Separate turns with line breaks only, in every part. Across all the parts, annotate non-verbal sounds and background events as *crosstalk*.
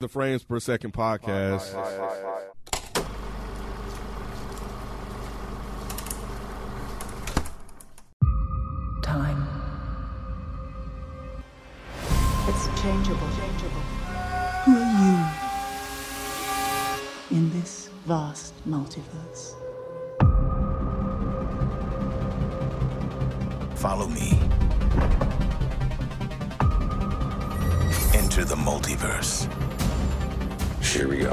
The Frames Per Second podcast.
time.
It's changeable. changeable.
Who are you in this vast multiverse?
Follow me. Enter the multiverse. Here we go.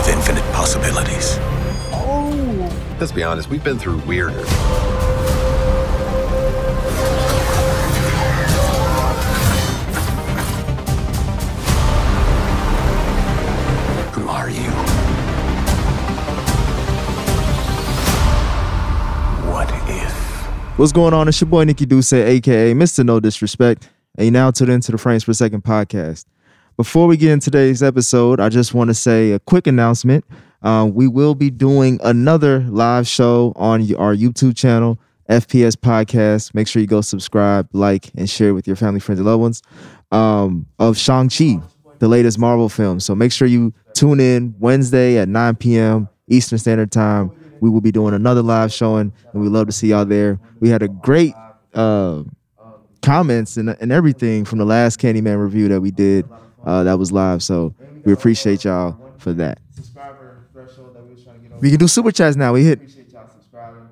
Of infinite possibilities.
Oh.
Let's be honest, we've been through weirder.
Who are you? What if?
What's going on? It's your boy Nikki Duce, aka Mr. No Disrespect, and you now tuned into the Frames Per Second podcast. Before we get into today's episode, I just want to say a quick announcement. Uh, we will be doing another live show on y- our YouTube channel, FPS Podcast. Make sure you go subscribe, like, and share with your family, friends, and loved ones um, of Shang-Chi, the latest Marvel film. So make sure you tune in Wednesday at 9 p.m. Eastern Standard Time. We will be doing another live showing, and we love to see y'all there. We had a great uh, comments and, and everything from the last Candyman review that we did uh, that was live. So we appreciate y'all for that. We can do super chats now. We hit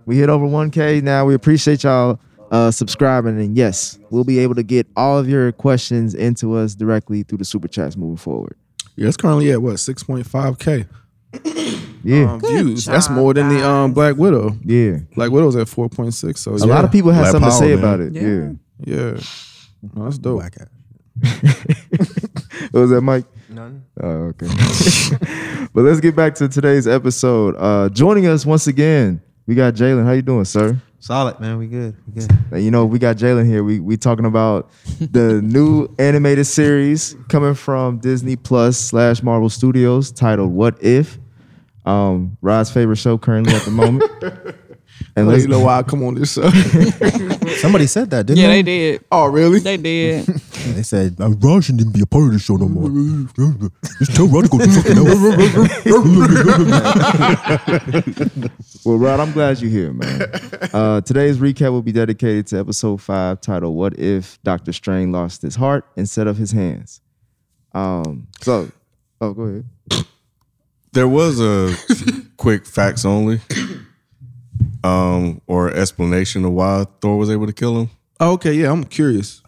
we hit over 1K now. We appreciate y'all uh, subscribing. And yes, we'll be able to get all of your questions into us directly through the super chats moving forward.
Yeah, it's currently at what 6.5k
Yeah.
um, views. That's more than the um Black Widow.
yeah.
Black Widow's at 4.6. So
A lot of people have
Black
something
power,
to say
man.
about it. Yeah.
Yeah, No, that's dope.
What was that, Mike? None. Oh, okay. *laughs* but let's get back to today's episode. Uh, joining us once again, we got Jalen. How you doing, sir?
Solid, man. We good. We good.
And you know, we got Jalen here. We we talking about the new animated series coming from Disney Plus slash Marvel Studios titled "What If." Um, Rod's favorite show currently at the
*laughs*
moment. and
Let
let's
you
*laughs*
know why I come on this show. *laughs*
Somebody said that, didn't
Yeah,
they?
they did.
oh, really?
They did.
*laughs*
They said uh, Ron shouldn't even be a part of this show no more. Just tell Ron to go to fucking
*laughs*
hell.
Well, Rod, I'm glad you're here, man.
*laughs*
Uh, today's recap will be dedicated to episode five, titled "What If Doctor Strange Lost His Heart Instead of His Hands." Um, so, oh, go ahead.
There was a *coughs* quick facts only *coughs* um, or explanation of why Thor was able to kill him.
Oh, okay, yeah, I'm curious.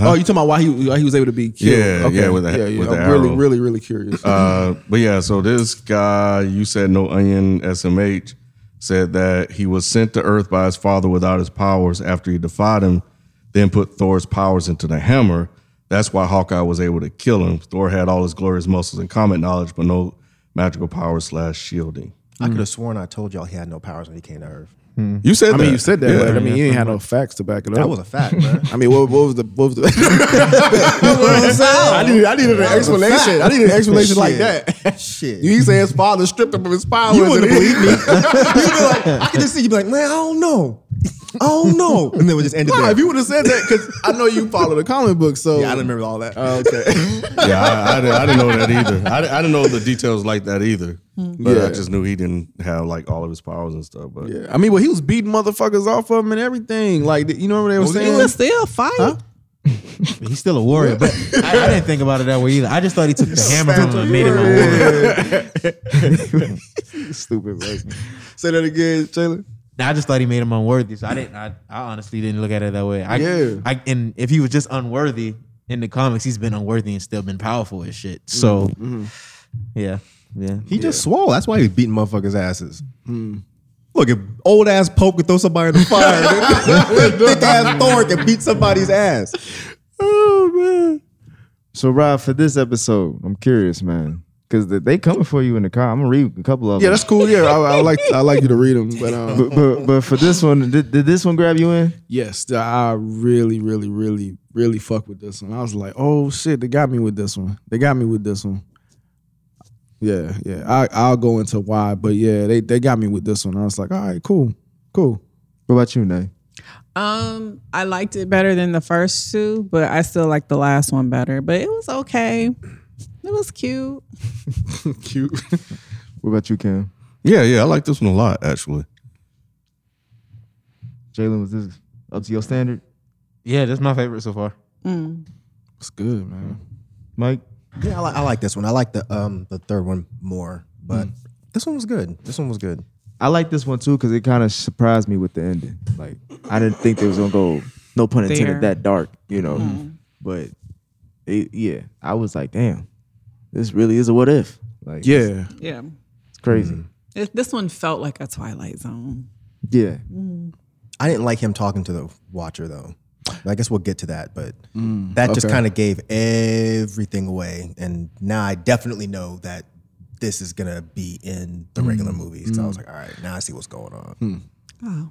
Oh, you talking about why he why he was able to be killed?
Yeah,
okay.
yeah, with the-
yeah, yeah.
with the
I'm really,
arrow.
really, really
*laughs*
curious.
Uh, but yeah, so this guy, you said no onion SMH, said that he was sent to Earth by his father without his powers after he defied him, then put Thor's powers into the hammer. That's why Hawkeye was able to kill him. Thor had all his glorious muscles and combat knowledge, but no magical powers slash shielding.
I could have sworn I told y'all he had no powers when he came to Earth.
You said
I
that.
mean, you said that.
Yeah.
but I mean, you ain't had no facts to back it up.
That was a fact, *laughs* man.
I mean, what, what was the what was
*laughs*
the? *laughs* I needed I needed an explanation. I needed an explanation like that. *laughs*
Shit.
You say his father stripped him of his powers.
You wouldn't
and-
believe me. You'd be like, I could just see you be like, man, I don't know. I don't know. And then we just ended
Nah,
there.
if you would have said that, because I know you follow the comic book, so
yeah, I didn't remember all that.
Oh, okay.
yeah, I, I, didn't, I didn't know that either. I, di- I didn't know the details like that either. But I
Hmm. Yeah.
just knew he didn't have like all of his powers and stuff. But
*laughs* yeah, I mean, well, he was beating motherfuckers off of him and everything. Like, you know what
Oh,
they were
He
saying?
was still fighting.
He's still a warrior, but I, I didn't think about it that way either. I just thought he took the hammer from him and made him a warrior.
Stupid. Right?
Say that again, Jalen.
I just thought he made him unworthy. So I didn't. I, I honestly didn't look at it that way. I,
Yeah.
I, and if he was just unworthy in the comics, he's been unworthy and still been powerful as shit.
Mm-hmm,
So, yeah, yeah. Hmm. He just swole. That's why he was beating motherfuckers' asses. Look, if old ass Pope could throw somebody in the *laughs*
*laughs*
fire, thick ass Thor can beat somebody's ass. Oh,
So, Rod, for this episode, I'm curious, man, because they coming for you in the car. I'm gonna read a couple of
Yeah,
them.
that's cool. Yeah, I, I like I like you to read them, but um,
*laughs* but, but, but for this one, did, did this one grab you in?
yes, I really, really, really, really fuck with this one. I was like, oh shit, they got me with this one. They got me with this one. Yeah, yeah. I I'll go into why, but yeah, they they got me with this one. I was like, all right, cool, cool.
What about you, Nay?
Um, I liked it better than the first two, but I still like the last one better. But it was okay. It was cute.
Cute.
What about you, Cam?
Yeah, yeah, I like this one a lot actually.
Jalen, was this up to your standard?
Yeah, that's my favorite so far.
It's good, man.
Mike?
Yeah, I, li- I like this one. I like the um the third one more, but
Mm.
this one was good. This one was good.
I like this one too because it kind of surprised me with the ending. Like I didn't think they was gonna go, no pun intended,
There.
that dark, you know. But it, yeah, I was like, damn, this really is a what if. Like, it's,
Yeah.
Yeah.
it's crazy.
It, this one felt like a Twilight Zone.
Yeah,
I didn't like him talking to the watcher though. I guess we'll get to that, but that just kind of gave everything away. And now I definitely know that this is gonna be in the regular movies. 'Cause I was like, all right, now I see what's going on.
Oh.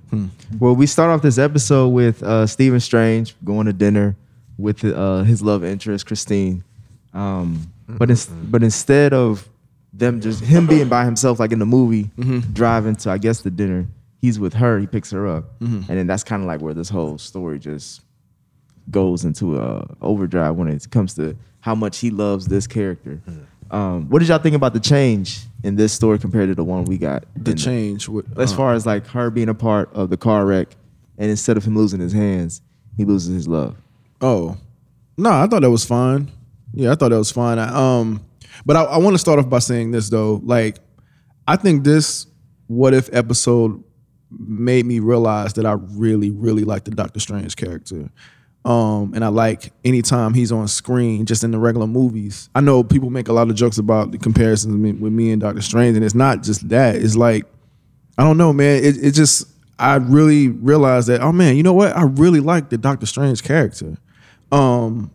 Well, we start off this episode with uh, Stephen Strange going to dinner with uh, his love interest, Christine. Um, but ins- but instead of them just him being by himself, like in the movie, driving to I guess the dinner, he's with her. He picks her up, and then that's kind of like where this whole story just goes into uh, overdrive when it comes to how much he loves this character. Um, what did y'all think about the change in this story compared to the one we got?
The
in-
change with
as
uh,
far as like her being a part of the car wreck, and instead of him losing his hands, he loses his love.
Oh, no, I thought that was fine. Yeah, I thought that was fine. I, um, but I, I want to start off by saying this though. Like, I think this what if episode made me realize that I really, really like the Doctor Strange character. Um, and I like anytime he's on screen, just in the regular movies. I know people make a lot of jokes about the comparisons with me- with me and Doctor Strange, and it's not just that. It's like I don't know, man. It, it just I really realized that. Oh man, you know what? I really like the Doctor Strange character. Um,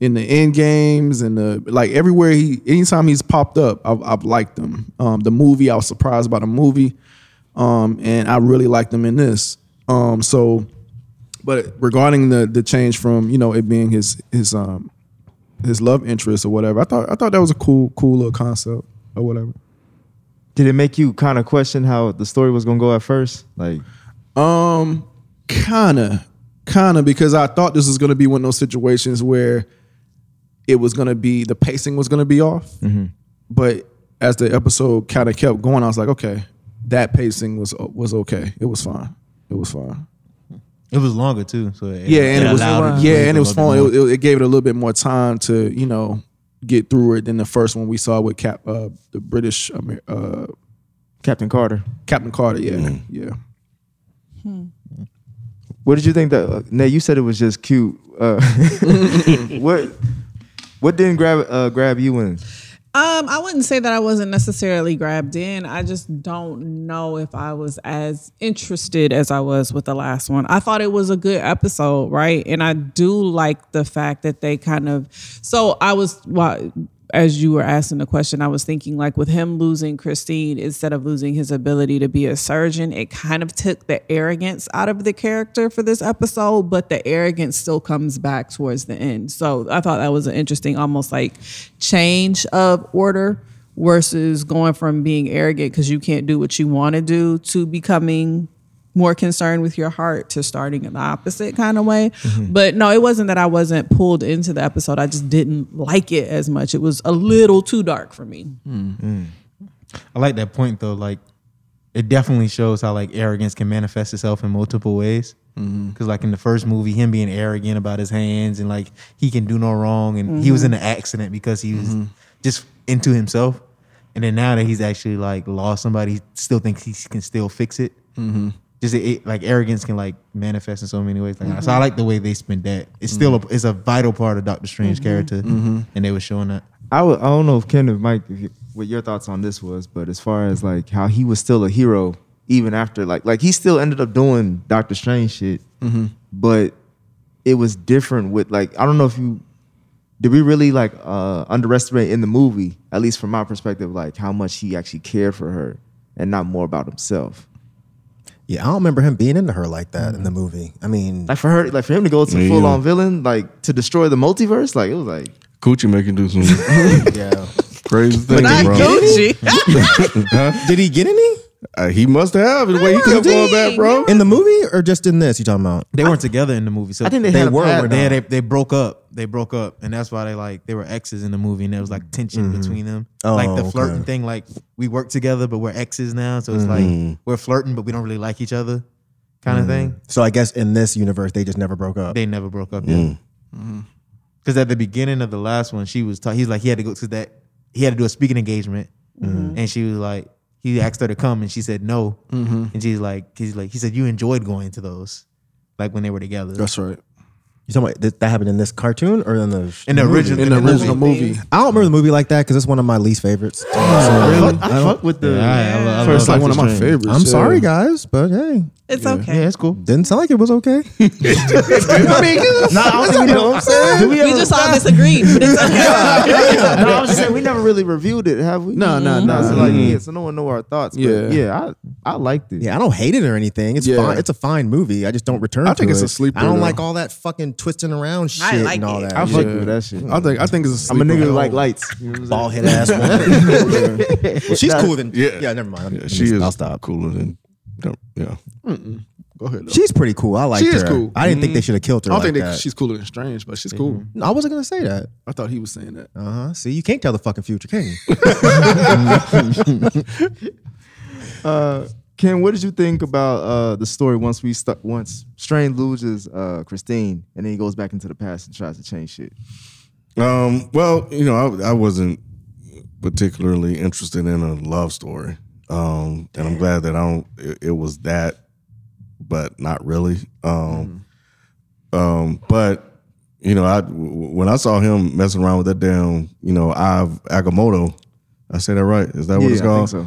in the end games and the like, everywhere he, anytime he's popped up, I've, I've liked him. Um, the movie, I was surprised by the movie, um, and I really liked him in this. Um, so, but regarding the the change from you know it being his his um his love interest or whatever, I thought I thought that was a cool cool little concept or whatever.
Did it make you kind of question how the story was gonna go at first? Like,
Um, kinda, kinda, because I thought this was gonna be one of those situations where it was gonna be the pacing was gonna be off.
Mm-hmm.
But as the episode kind of kept going, I was like, okay, that pacing was was okay. It was fine. It was fine.
It was longer too. So it,
Yeah, and it, was
allowed to
yeah,
breathe a
and it was
little bit
fun.
more.
It, it, it gave it a little bit more time to you know get through it than the first one we saw with Cap, uh, the British Amer- uh,
Captain Carter,
Captain Carter. Yeah,
Mm.
yeah.
what did you think? That uh, Nate, you said it was just cute. Uh, *laughs* what what didn't grab uh, grab you in?
Um, I wouldn't say that I wasn't necessarily grabbed in. I just don't know if I was as interested as I was with the last one. I thought it was a good episode, right? And I do like the fact that they kind of. So I was well, as you were asking the question, I was thinking like with him losing Christine instead of losing his ability to be a surgeon, it kind of took the arrogance out of the character for this episode, but the arrogance still comes back towards the end. So I thought that was an interesting, almost like change of order versus going from being arrogant because you can't do what you want to do to becoming more concerned with your heart to starting in the opposite kind of way.
Mm-hmm.
But no, it wasn't that I wasn't pulled into the episode. I just didn't like it as much. It was a little too dark
*laughs*
for me.
I like that point though. Like, it definitely shows how like arrogance can manifest itself in multiple ways. Because
Mm-hmm.
like in the first movie, him being arrogant about his hands and like he can do no wrong, and he was
Mm-hmm.
in an accident because he was just into himself. And then now that he's actually like lost somebody, he still thinks he can still fix it. Just it, it- like arrogance can like manifest in so many ways. Like so, I like the way they spin that. It's still a, it's a vital part of Doctor Strange's character, and they were showing that.
I w- I don't know if Ken or Mike, if you- what your thoughts on this was, but as far as like how he was still a hero even after like like he still ended up doing Doctor Strange shit, but it was different with like I don't know if you did we really like uh underestimate in the movie at least from my perspective like how much he actually cared for her and not more about himself.
Yeah, I don't remember him being into her like that in
Mm-hmm.
the movie. I mean,
Like for her, like for him to go to
Me
full on
either.
villain, like to destroy the multiverse, like it was like
Coochie make you do some *laughs*
yeah.
crazy things,
Not
bro.
Gucci.
Did he get any?
Uh, he must have the way he kept going back, bro.
In the movie or just in this? You talking about?
They weren't together in the movie, so
I think they had a
were.
pad,
they, had-
though.
they they broke up. They broke up, and that's why they like they were exes in the movie, and there was like tension between them,
Oh,
like the
okay.
flirting thing. Like we work together, but we're exes now, so it's like we're flirting, but we don't really like each other, kind of thing.
So I guess in this universe, they just never broke up.
They never broke up. yet. Because at the beginning of the last one, she was ta- he's like he had to go to that he had to do a speaking engagement, and she was like he asked her to come, and she said no, and she's like he's like he said you enjoyed going to those, like when they were together.
That's right.
You talking about that, that happened in this cartoon or in the?
in the original
In the
movie.
original movie.
I don't remember the movie like that because it's one of my least favorites.
Oh,
Fuck- I, fuck with the
Yeah, I- I- I
first
It's
life
like one of my
is Strange.
favorites.
I'm
yeah.
sorry, guys, but hey,
It's okay.
Yeah, it's cool.
didn't sound like it was
*laughs*
okay. I
*laughs*
mean,
Nah, I don't even know what I'm saying. Do we,
We
ever-
just all disagreed, but
*laughs*
it's okay.
no, I'm just saying we never really reviewed it, have we?
No, no, no.
So like, yeah, so no one know our thoughts.
Yeah.
Yeah, yeah, I, I liked it.
Yeah, I don't hate it or anything. It's
Yeah.
fine. It's a fine movie. I just don't return.
I think
to
it's
it.
a sleeper,
I don't
though.
like all that fucking twisting around shit
I like
and all
it.
that.
I
shit.
fuck with that shit.
I think I think it's. A
I'm a
sleeper.
nigga who like lights. You know what
Ball
I'm saying?
head ass woman. well, she's cool then.
Yeah.
Yeah. never mind. I'm-
Yeah,
I'm
she
just-
is
I'll stop.
cooler than. don't- Yeah,
Go ahead. though.
She's pretty cool. I like
She
her.
is cool.
I didn't think
Mm-hmm.
they should have killed her.
I don't
like
think that
that.
she's cooler than Strange, but she's cool.
No, I wasn't gonna say that.
I thought he was saying that.
Uh huh. See, you can't tell the fucking future, can
*laughs*
you?
Uh, Ken, what did you think about uh, the story once we stuck once Strain loses uh, Christine and then he goes back into the past and tries to change shit?
Um, well, you know, I, I wasn't particularly interested in a love story, um, and I'm glad that I don't. It, it was that, but not really. Um,
Mm-hmm.
um, but you know, I w- w- when I saw him messing around with that damn, you know, I've Agamotto. I say that right? Is that what it's
I think
called?
so.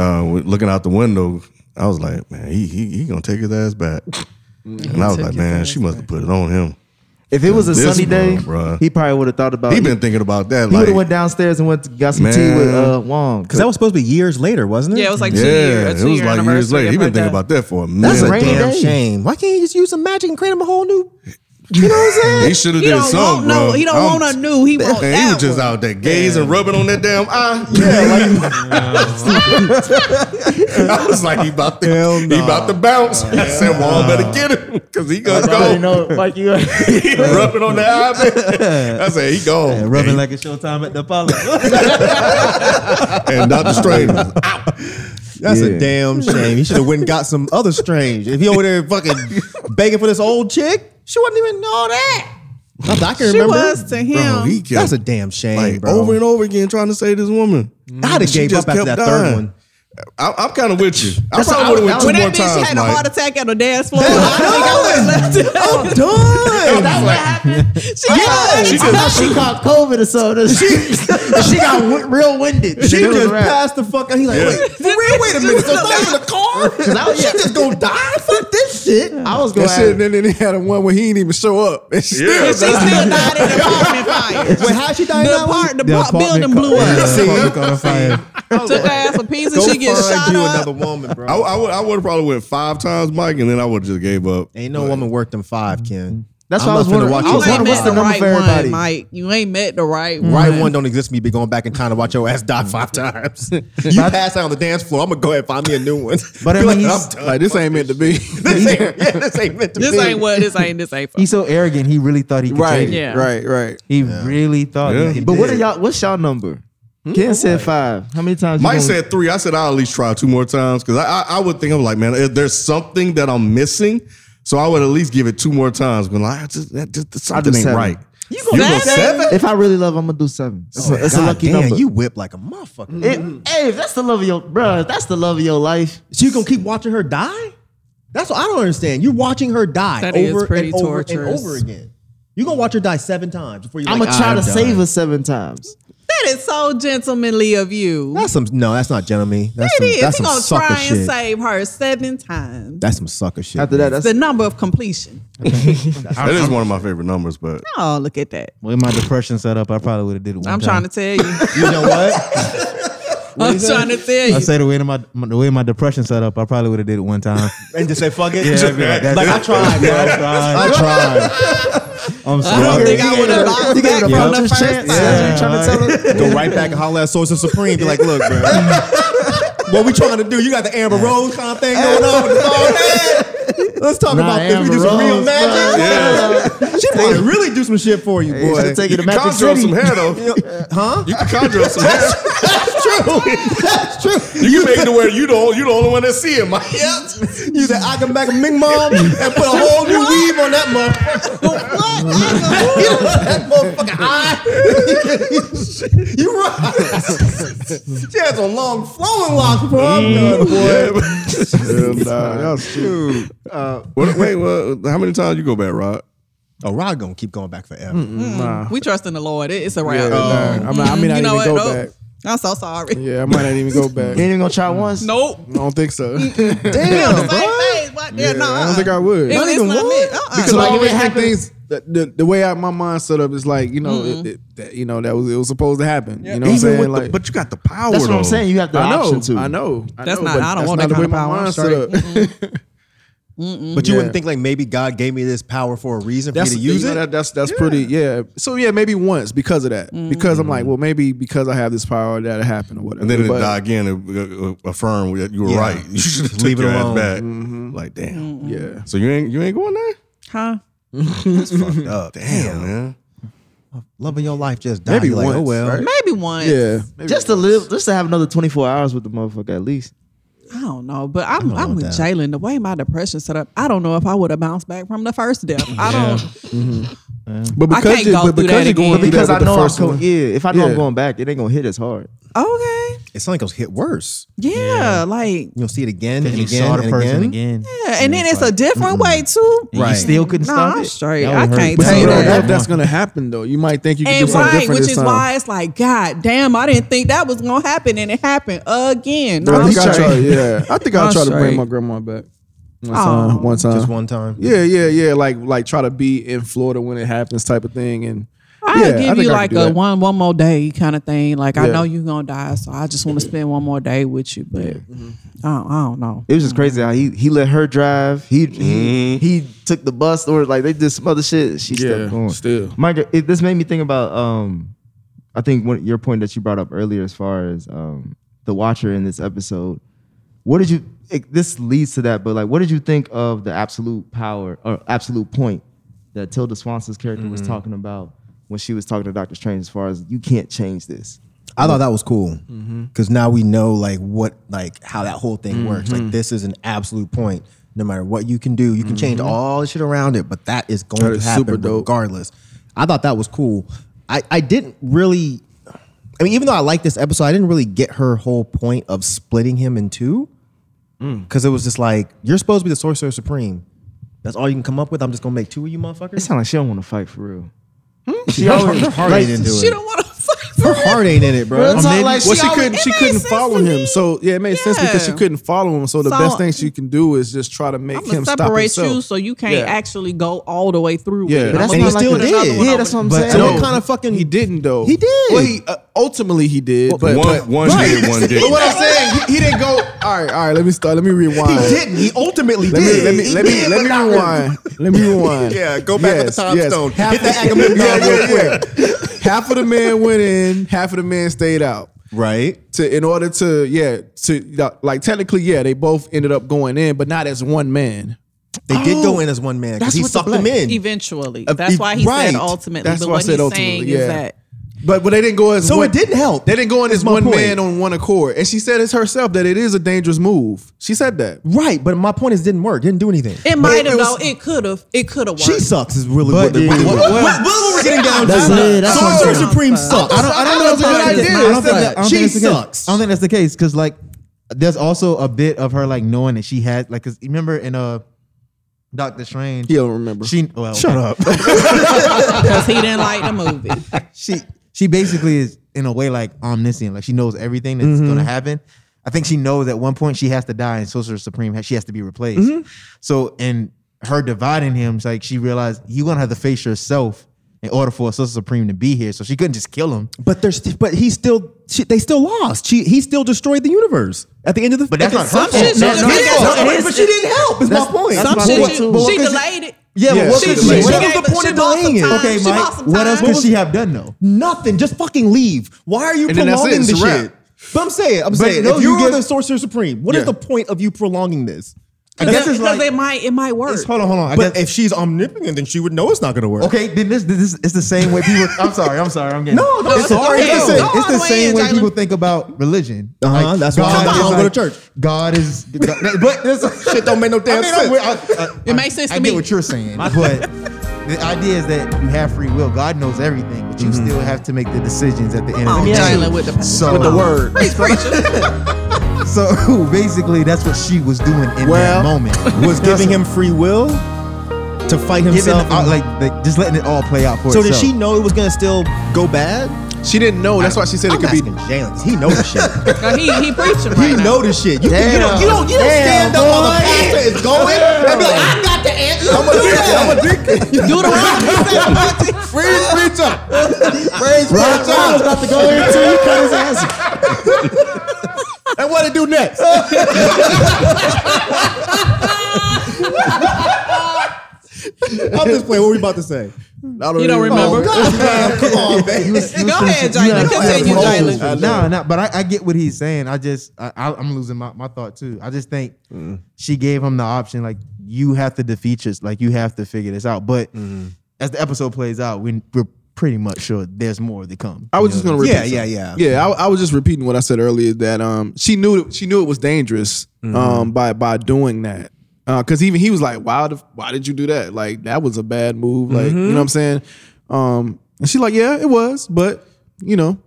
uh, with- looking out the window, I was like, man, he he, he gonna take his ass back.
Mm-hmm.
And I was like, man, she must have put it on him.
If it was a
This
sunny day,
one, bruh.
he probably would have thought about.
He been thinking about that.
he would
Like,
have went downstairs and went to, got some tea
Man.
with uh, Wong.
Because that was supposed to be years later, wasn't it?
yeah, it was like two
yeah,
years.
it was like years later. He been thinking about that for a minute.
That's a
rainy
damn
day.
shame. Why can't you just use some magic and create him a whole new? You know what I'm
*laughs*
saying?
he should have
He
did
don't want
something, bro.
no. He don't
I'm-
want a new. He want
*laughs* Man,
that
he was just
one.
out there gazing, rubbing on that damn eye. Yeah,
*laughs*
like *laughs* I was like, he about to,
Hell
he
nah.
about to bounce. I said, Wall better get him because he gonna go.
know, like you.
*laughs* he rubbing on the eye. man. I said, he gone.
*laughs*
Rubbing like a showtime at the Apollo.
and Dr. Strange was out.
That's
Yeah.
a damn shame. He should have went and got some other strange. If he over there
*laughs*
fucking begging for this old chick, she wouldn't even know that. Not that I can
She
remember.
was to him.
Bro, he kept
That's a damn shame,
like
bro.
over and over again trying to say this woman.
I'd have
She
gave
just
up after
kept
that
dying.
third one.
I, I'm kind of with you. I
That's
probably
how I-
would have went two
when
more
that bitch
times.
had a heart
Mike.
attack on the dance floor, I think I would have left it.
*laughs* Done.
That's what happened. She
Yeah,
yeah,
she just, *laughs* she caught COVID or something. She, *laughs* she got w- real winded. She
It was
just
a wrap.
passed the fuck out. He's like, wait, for real? Wait a minute. So throw in the car? *laughs* 'Cause I was- she just gonna die? Fuck this shit. I was
That shit. Then, then he had a one where he didn't even show up. And she
Yeah,
she still died in the apartment fire.
Wait, how she died?
The,
now?
apart, the, bu- building blew
*laughs*
up. Took her ass a piece and she gets shot up.
woman, bro.
I, I would I would have probably went five times, Mike, and then I would have just gave up.
Ain't no woman worth them five, Ken.
That's what I
I'm not
was
finna
wondering.
watch
I
you.
You
was
Right
ain't
wondering what's
met
the
the
number
right
for
one,
everybody.
Mike. You ain't met the right
Right
one.
one don't exist. Me be going back in time to watch your ass die five *laughs* times. You pass out on the dance floor. I'm gonna go ahead and find me a new one.
But I
*laughs* Be
mean, he's-
I'm done.
like this ain't meant to be.
*laughs* This ain't, yeah, this ain't meant to
This
be.
ain't what. This ain't. This ain't. for-
He's so arrogant. He really thought he could
right.
take it.
Yeah.
Right. Right.
He really thought.
Yeah.
He could
But what
do
are
it.
y'all? What's y'all number? Ken said five. How many times? you
Mike
gonna-
said three. I said I'll at least try two more times because I, I I would think I'm like, man, if there's something that I'm missing, so I would at least give it two more times. When like, I just, that, just something ain't
seven.
right.
You gonna seven?
If I really love, I'm gonna do seven. It's, a, it's a
Oh, God
lucky
damn,
number.
You whip like a motherfucker.
It- hey, if that's the love of your bro, if that's the love of your life.
So you gonna keep watching her die? That's what I don't understand. You're watching her die
That is
over
pretty
and over and
torturous.
over again. You gonna watch her die seven times before you.
I'm
like,
gonna try
"I'm
to
done."
save her seven times.
That is so gentlemanly of you.
That's some no. That's not gentleman. That's
It
some,
is.
That's
He
some
gonna
sucker
try and
shit.
save her seven times.
That's some sucker shit.
After that, that's
the number of completion.
That is one of my favorite numbers, but
Oh, look at that.
With my depression set up, I probably would have did it. One
I'm
time.
trying to tell you.
you know what?
I'm trying to tell
I
you.
say the way to my, my the way my depression set up, I probably would have did it one time.
and just say fuck it.
Yeah,
Just-
I'd be like, that's
like I
it.
tried,
*laughs*
bro.
I tried.
I tried.
I'm
I don't think
sorry.
I would have bounced back
a
from the
puncher's
first
chance.
time.
Yeah.
*laughs*
*laughs*
Go right back and holler at Source and Supreme. Be like, look, bro. what we trying to do? You got the Amber Rose kind of thing going on
*laughs*
with the dog. Man, Let's talk
Nah,
about this. We
Amber
do some real
Rose,
magic. She probably really do some shit for you,
Hey, you
boy.
should've taken
You
it back to
can conjure up
City.
some hair though. huh?
You can conjure up some hair.
That's true. *laughs* That's true.
You can make it to where you don't you the only one that see it, Mike.
Yep. You said I can back a Ming Mom and put a whole new weave on that motherfucker. what? you know that motherfucker eye? *laughs* you right. she has a long flowing locks, bro.
Mm.
I'm done, *laughs* boy.
Dude. What, wait, what, how many times you go back, Rod?
Oh, Rod gonna keep going back forever.
We trust in the Lord. It- It's a wrap. Mm-hmm.
nah, I'm not, I mean, I
you
didn't
know
even
what?
go
Nope.
back.
I'm so sorry.
Yeah, I might not even go back.
You ain't even gonna try once.
Nope.
I don't think so.
Damn. Same face. What? Yeah, no.
I don't think I would.
It- it's not me. Uh-uh.
because
So,
I
like, if
always
it
think
happened-
things the, the, the way I, my mind set up is like you know it,
Mm-hmm.
it, that you know that was it was supposed to happen. You know what I'm saying? Like,
but you got the power.
That's what I'm saying. You have the
I know,
option to.
I know, I
That's
know,
not-
but
I
that's
don't want
not
that
the way
kind of
my
power. Mm-hmm. I'm
mind set up.
But you
Yeah.
wouldn't think like maybe God gave me this power for a reason for
That's
me to use
you know,
it.
That, that's that's pretty. Yeah. So yeah, maybe once because of that.
Mm-hmm.
Because I'm like, well, maybe because I have this power that it happened or whatever.
And then it
But-
die again and uh, affirm that you were
Yeah. *laughs*
right. You should have
Leave
took
it
your ass
alone. Mm-hmm.
back. Like, damn.
Yeah.
So you ain't you ain't going there?
Huh?
Up.
Damn, man.
Love of your life just died.
Maybe
You're like,
once,
oh well.
right?
Maybe once.
Yeah. Maybe
Just to live, just to have another 24 hours with the motherfucker at least.
I don't know, but I'm
know
I'm with
about
Jalen. The way my depression set up, I don't know if I would have bounced back from the first death. I don't.
But
I
because
can't
you,
go
but because
through that
you're going
again.
through
Because
that
I
with the
know I'm
first
going.
one,
Yeah, if I know
Yeah.
I'm going back, it ain't gonna hit as hard.
Okay.
It sounds like it was hit worse.
Yeah. Like.
You'll see it again and
you
again
saw the
and
person
again.
again.
Yeah, and then it's a
mm-hmm.
different way too.
And You
Right.
still couldn't
Nah,
stop
I'm
it.
straight.
That would
I
hurt.
can't take
you know,
that.
that- that's gonna happen though. You might think you can do
And
something
right,
different
which
this
is
time.
why it's like, God damn, I didn't think that was gonna happen, and it happened again.
I
I'm
think I
straight.
try, yeah, I think I'll
I'm
try to bring
straight. Oh.
my grandma back one time. One time.
Just one time.
Yeah, yeah, yeah. Like like try to be in Florida when it happens type of thing. And
I'll
yeah, I
give
think
you
I
like
could
a
do that.
one one more day kind of thing. Like I
Yeah.
know you're gonna die, so I just want to spend one more day with you. But Mm-hmm. I, don't, I don't know.
It was just crazy how he he let her drive. He he, he took the bus or like they did some other shit. She
Yeah,
still going.
still.
Micah, it, this made me think about um, I think one, your point that you brought up earlier as far as um the watcher in this episode. What did you? It, this leads to that, but like, what did you think of the absolute power or absolute point that Tilda Swanson's character was talking about when she was talking to Doctor Strange? As far as you can't change this.
I thought that was cool
Mm-hmm.
because now we know like what like how that whole thing works.
Mm-hmm.
Like this is an absolute point. No matter what you can do, you can change all the shit around it, but that is going
Mm-hmm. That
to
is
happen
super dope.
regardless. I thought that was cool. I I didn't really. I mean, even though I like this episode, I didn't really get her whole point of splitting him in two
Mm.
because it was just like you're supposed to be the sorcerer supreme. That's all you can come up with. I'm just gonna make two of you
It
motherfuckers.
sounds like she don't want to fight for real. Hmm? *laughs*
She always, her heart ain't into
She
it.
don't *laughs* want to fight for
Her heart ain't in it, bro.
It's not like
Well,
she
she
always-
couldn't.
it
She
made
couldn't
sense
follow
to
him.
me.
So yeah, it made sense because she
Yeah.
couldn't follow him. So the
So-
best thing she can do is just try to make
I'm
him
gonna
stop
separate you
himself.
so you can't
Yeah.
actually go all the way through.
Yeah.
with it.
But
I'm
that's
gonna
not
put
like he
another
did.
one
Yeah,
over
that's what I'm
But-
saying.
So
No.
what kind of fucking
He didn't though.
He did.
Well, he uh, ultimately he did. but,
one
but,
one
Right.
did, one did.
But what I'm saying, he, he didn't go. All right, all right. Let me start. Let me rewind.
He didn't. He ultimately
Let me
did.
let me
He
let me
did,
let
but
me
not really.
rewind. Let me rewind.
*laughs* Yeah, go back with the time stone. Hit that Agamemnon
yeah, yeah, yeah. Half of the man went in. Half of the man stayed out.
Right.
To in order to yeah to like technically yeah they both ended up going in, but not as one man.
They did
Oh,
go in as one man because
That's
he
what the
sucked them
black-
in.
Eventually, that's why he
right.
said ultimately.
That's
but
why I
what
said
he's
ultimately,
saying
yeah.
is that
But but they didn't go as
So
one,
it didn't help.
They didn't go in
That's
as
my
one
point.
man on one accord, and she said it's herself that it is a dangerous move. She said that.
Right, but my point is, didn't work. Didn't do anything.
it might have
was-
though. It could have. It could have worked.
She sucks is really what,
yeah.
what, what, what, we're getting down
That's-
to.
yeah, that's what I'm
Sorcerer
saying.
Supreme sucks.
I don't- I don't know if it's a good idea.
I don't
It's
think,
that-
I don't
she
think that's the case.
sucks.
I don't think that's the case because like there's also a bit of her like knowing that she had like because remember in uh Doctor Strange
He don't remember.
she well
Shut up.
because he didn't like the movie.
*laughs* she she basically is in a way like omniscient like she knows everything that's gonna happen. I think she knows at one point she has to die and Sorcerer Supreme has, she has to be replaced. So and her dividing him it's like she realized you're gonna have to face yourself in order for Sorcerer Supreme to be here. So she couldn't just kill him.
But there's, but he still, she, they still lost. She, he still destroyed the universe at the end of the.
But that's
at
not
the-
her
Some shit
fault.
she just
No, no,
did.
No, but- but she didn't help. Is my
That's-
point.
that's
Some
my
shit
point.
she,
But what
she
does it-
delayed it.
Yeah,
Yeah,
but what
she
could
was
she,
like- She
what else-
gave-
was the point
she
of
lost some
delaying it?
time.
Okay,
She
Mike.
lost some
What else
time.
could she have done though?
Nothing. Just fucking leave. Why are you
And then that's it.
prolonging
It's
the
a wrap.
shit? But I'm saying, I'm
But
saying,
no,
if you're
you get-
the Sorcerer Supreme, what is
Yeah.
the point of you prolonging this?
Because because it might it might work.
hold on, hold on. But if she's omnipotent, then she would know it's not going to work.
Okay, then this, this it's the same way *laughs* people. I'm sorry, I'm sorry, I'm getting.
No, no,
it's,
it's all
it's,
right.
the same,
Go
it's
all
the
the way
same
in,
way
Jalen.
people think about religion.
Uh-huh, that's why I don't go to church.
God is, God, but this
*laughs* Shit don't make no damn
I mean,
sense.
I- I- I-
*laughs* It makes sense
I
to
get
me.
what you're saying, *laughs* but the idea is that you have free will. God knows everything, but you still have to make the decisions at the end of
on,
the day.
Jalen, with the-
so,
with the
word. so *laughs* basically, that's what she was doing in
Well,
that moment.
was giving him free will to fight
Giving
himself.
out, like, like just letting it all play out for
so did
itself.
she know it was going to still go bad?
She didn't know. That's why she said
I'm
it could be.
asking Jalen. 'cause He knows shit.
*laughs* Now, he he preaching right
He
now.
know this shit. You, you don't, you don't, you don't
Damn,
stand up while the
boy.
pastor is going and be like, I got the answer. I'm a deacon. I'm a deacon. Do the right thing. Praise preacher. Praise preacher. I was about to go in too. You cut his ass. and what to do *laughs* next? I'm just playing. What we about to say? I
You don't
even-
remember?
Oh, God, damn, come on, man.
Go ahead, Jalen. Continue, Jalen.
I know.
No, no, but I, I get what he's saying. I just, I, I, I'm losing my, my thought too. I just think she gave him the option, like, you have to defeat this, like, you have to figure this out. But as the episode plays out, we, we're pretty much sure there's more to come.
I was just gonna repeat.
Yeah, yeah,
something.
yeah.
Yeah, I, I was just repeating what I said earlier that um she knew she knew it was dangerous
Mm-hmm.
um by by doing that because even he was like why the, why did you do that like that was a bad move like you
Mm-hmm.
know what I'm saying um and she's like yeah it was but you know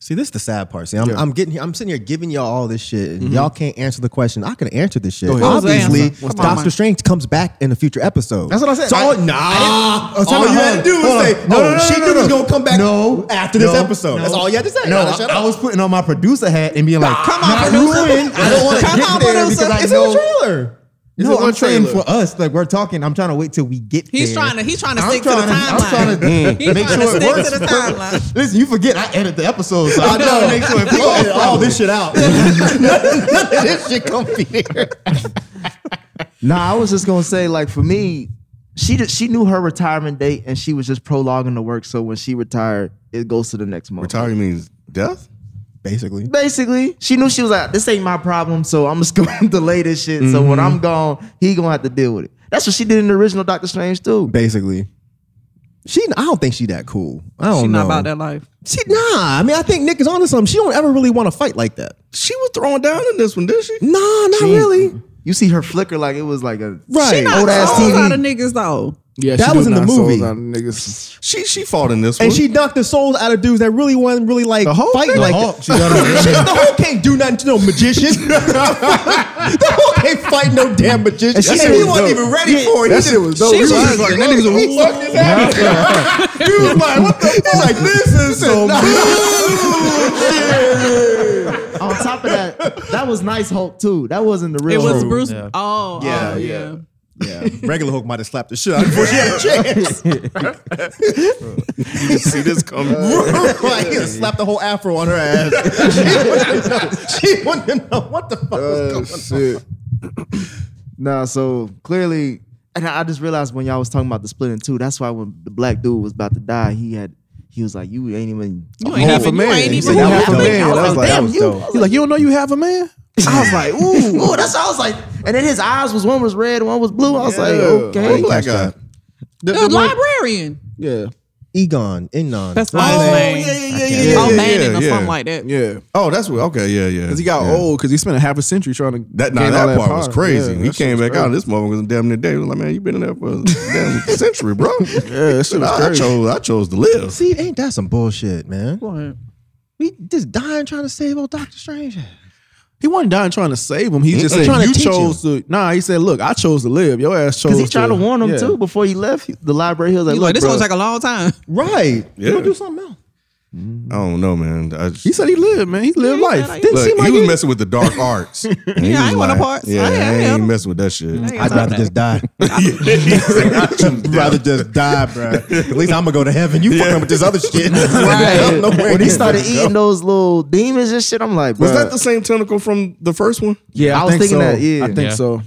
See, this is the sad part. See, I'm, I'm getting here. I'm sitting here giving y'all all this shit, and y'all can't answer the question. I can answer this shit.
What was the
Obviously,
answer? What's the
Doctor
answer?
Strange comes back in a future episode.
That's what I said.
So,
I-
all, nah.
Oh, time
all
out.
you
Hold
had
on.
to do was
Hold
say,
on.
"No,
No,
no,
no,
she
no,
knew
no,
was
no.
gonna come back."
No.
after this
No.
episode, that's
No.
all you had to say.
No,
Nah,
I,
shut
I
up.
was putting on my producer hat and being like,
come on,
"Not
producer."
ruined.
I don't want to
Come
get
on,
there
producer.
because I
It's
in
know
the
trailer.
No,
in
I'm
the
saying
trailer.
for us, like we're talking. I'm trying to wait till we get.
He's
there.
trying to- he's trying to
I'm
stick to the
I'm trying to *laughs*
timeline. He's
make
trying
sure
to
it
stick
works.
to the timeline.
Listen, you forget I edit the episode, so
I *laughs*
I'm trying to
know.
make sure it
We gonna
flows.
edit all this shit *laughs* out. this shit come *laughs* here.
Nah, I was just gonna say, like for me, she just, she knew her retirement date and she was just prologuing the work. So when she retired, it goes to the next month.
Retiree means death?
Basically,
Basically, she knew she was like, "This ain't my problem, so I'm just *laughs* gonna delay this shit. So when
Mm-hmm.
I'm gone, he gonna have to deal with it." That's what she did in the original Doctor Strange too.
basically. She, I don't think she that cool. I don't
She
know.
not about that life.
She, nah, I mean, I think Nick is onto something. She don't ever really want to fight like that.
She was throwing down in this one, did she?
Nah, not really.
You see her flicker like it was like a
Right.
She not
Old ass
sold out of
TV.
niggas though.
yeah
That
she
was
do
in the
knock souls
movie.
out of niggas.
She she fought in this
And
one.
she knocked the souls out of dudes that really wasn't really like
Hulk
fighting
did?
like
The
that. *laughs*
Hulk,
She's the Hulk can't do nothing to no magician. the Hulk can't fight no damn magician. And,
And she said
he
it was
wasn't
dope.
even ready for
*laughs*
it.
that
He
shit was dope.
She
She
was-
was like *laughs* that nigga's a
He fucked his ass. he was like, what the fuck? He's like, this is some
On top of that, that was nice Hulk too. That wasn't the
It
real.
was
Hulk.
Bruce. Oh,
Yeah,
oh,
yeah.
yeah.
Yeah, regular Hulk might have slapped the shit out of him before she *laughs* had a chance.
you didn't see this coming.
*laughs* right, he just slapped the whole afro on her ass. *laughs* she, wouldn't know, she wouldn't know what the fuck was going
shit.
Nah, so clearly, and I I just realized when y'all was talking about the split in two, that's why when the black dude was about to die, he had he was like, "You ain't even."
You ain't half a man.
"Oh, man.
You ain't
He
even
said you
who
half a
you think
man.
you
That was
are.
like- that
Damn,
was
you-
He's like, you don't know you have a man?
I was like, "Ooh, ooh." That's what I was like. And then his eyes was one was red, one was blue. I was like,
What
"Okay."
black guy?
The,
The
the one-
librarian.
yeah,
Egon, Enon.
That's my
Oh,
name.
yeah, yeah, yeah,
yeah,
yeah,
Oh,
yeah,
Manning
yeah,
or
yeah.
something like that.
yeah.
Oh, that's what. Okay, yeah, yeah.
Because he got
yeah.
old. Because he spent a half a century trying to
That,
gain
nah, that
all
part was
power.
crazy.
Yeah,
he
that shit
came
was
back out. This motherfucker was damn near dead. He was like, man, you been in there for a damn century, bro. Yeah,
that
*laughs*
shit was
I
crazy.
chose. I chose to live.
See, ain't that some bullshit, man?
What?
We just dying trying to save old Doctor Strange.
He wasn't dying trying to save him. He just
I'm
said,
trying to
"You
teach
chose to." Nah, he said, "Look, I chose to live. Your ass chose."
Because he tried to warn him
Yeah.
too before he left he- the library. He was like,
You
"Look,
like, this
bro,
gonna take a long time.
Right.
Yeah.
Go do something else.
I don't know, man. I just,
He said he lived, man. He lived
Yeah, he said
life.
I-
Look,
seem
he
like
was
it.
messing with the dark arts. yeah,
I ain't one of parts.
Yeah,
I
I,
ain't- I
ain't
am.
messing with that shit.
I'd rather
just die.
*laughs*
I'd rather just die, bro. At least I'm gonna go to heaven. You fucking with this other shit. *laughs* I don't know where
When he
you
started
go.
eating those little demons and shit, I'm like,
Was
"Bruh."
that the same tentacle from the first one?
Yeah,
I was thinking that, yeah.
I think so.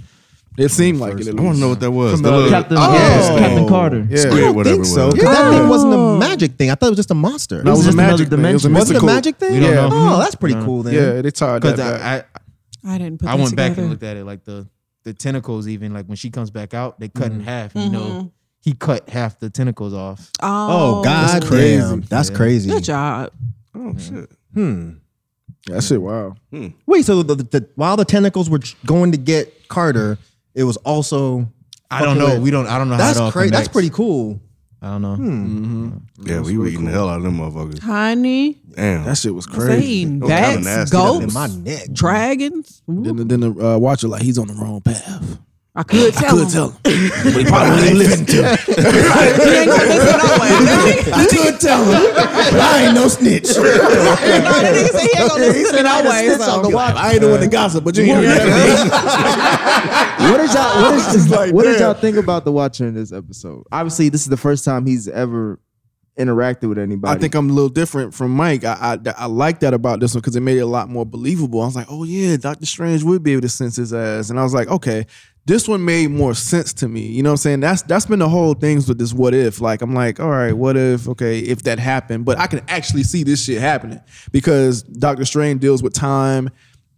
It seemed like it.
I want to know what that was.
From,
The
uh,
little-
Captain- Oh. yes, Captain Carter.
Squid,
I don't
whatever
think
it
so.
was.
Because that thing wasn't a magic thing. I thought it was just a monster.
No, it was a magic thing. It was a
Was it a
mystical-
magic thing?
We don't know.
Oh,
Mhm.
that's pretty
No.
cool then.
Yeah, they tied that
Because I, I,
I didn't put
I
that
went back
together.
and looked at it like the the tentacles. Even like when she comes back out, they cut in half. You
Mhm.
know, he cut half the tentacles off.
Oh,
Oh, God
That's
crazy. damn.
crazy.
That's
Yeah.
crazy.
Good job.
Oh shit.
Hmm.
That shit, wow.
Wait, so the, the, the- while the tentacles were going to get Carter, it was also.
I don't
fucking
know.
with-
We don't. I don't know
That's
how it all
cra- That's
connects.
pretty Hmm, cool.
I don't know.
Yeah, we were eating the hell out of them motherfuckers.
Honey,
Damn.
That shit was
they
crazy.
eating
That was kinda
bats,
nasty. That was
goats,
in
my neck.
dragons. Ooh,
Then, then the uh, watcher like he's on the wrong path.
I could tell.
Could
them.
tell him, but he probably *laughs* wouldn't listen to. him.
He ain't gonna listen no
*laughs*
way.
I could tell him, but I ain't no
*laughs*
snitch.
No, that nigga said he ain't gonna listen no way. so.
I ain't the one to gossip, but you
What did y'all what,
*laughs*
is,
like,
what did y'all
damn.
think about the Watcher in this episode? Obviously, this is the first time he's ever interacted with anybody.
I think I'm a little different from Mike. I I, I like that about this one because it made it a lot more believable. I was like, oh yeah, Doctor Strange would be able to sense his ass, and I was like, okay, this one made more sense to me. You know what I'm saying? That's that's been the whole things with this what if. Like I'm like, all right, what if? Okay, if that happened, but I can actually see this shit happening because Doctor Strange deals with time.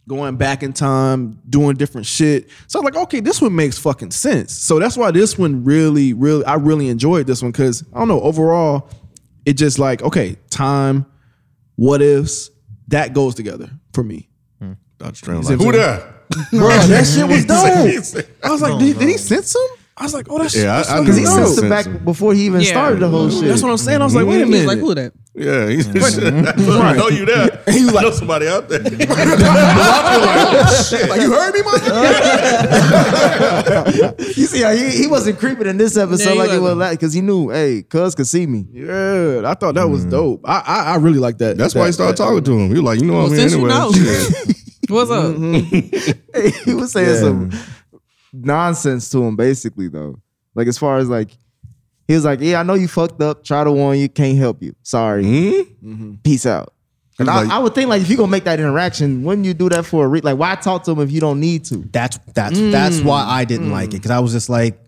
Going back in time, doing different shit. So I was like, okay, this one makes fucking sense. So that's why this one really, really, I really enjoyed this one because I don't know, overall, it just like okay time what ifs that goes together for me
Dr. Strange
See
like,
what
who
I'm
that? *laughs*
bro that shit was dope i was like did, did he sense him i was like oh that's
Yeah, I-
that's
I
fucking
knew
because he
No.
dope.
sensed it
Sense
back
him.
before he even
Yeah.
started the whole shit.
that's what i'm saying i was like wait a
He was
minute
like, who that?
Yeah, he's *laughs* I know you there. He was like, know somebody out there.
Like, you heard me, mother?
you see how he, he wasn't creeping in this episode
Yeah, he
like it was
wasn't.
like because he knew, hey, cuz could see me.
yeah i thought that was dope i i, I really like that
That's why he started talking to him. He was like, you know
Well,
what I mean?
since you
Anyway,
know. *laughs* What's up?
*laughs* he was saying some nonsense to him, basically, though. Like as far as like he was like, Yeah, I know you fucked up, try to warn you, can't help you. Sorry. Peace out. Hmm? And
like-
I, I would think like if you're gonna make that interaction, wouldn't you do that for a re- like why talk to him if you don't need to?
That's that's that's why I didn't like it because I was just like,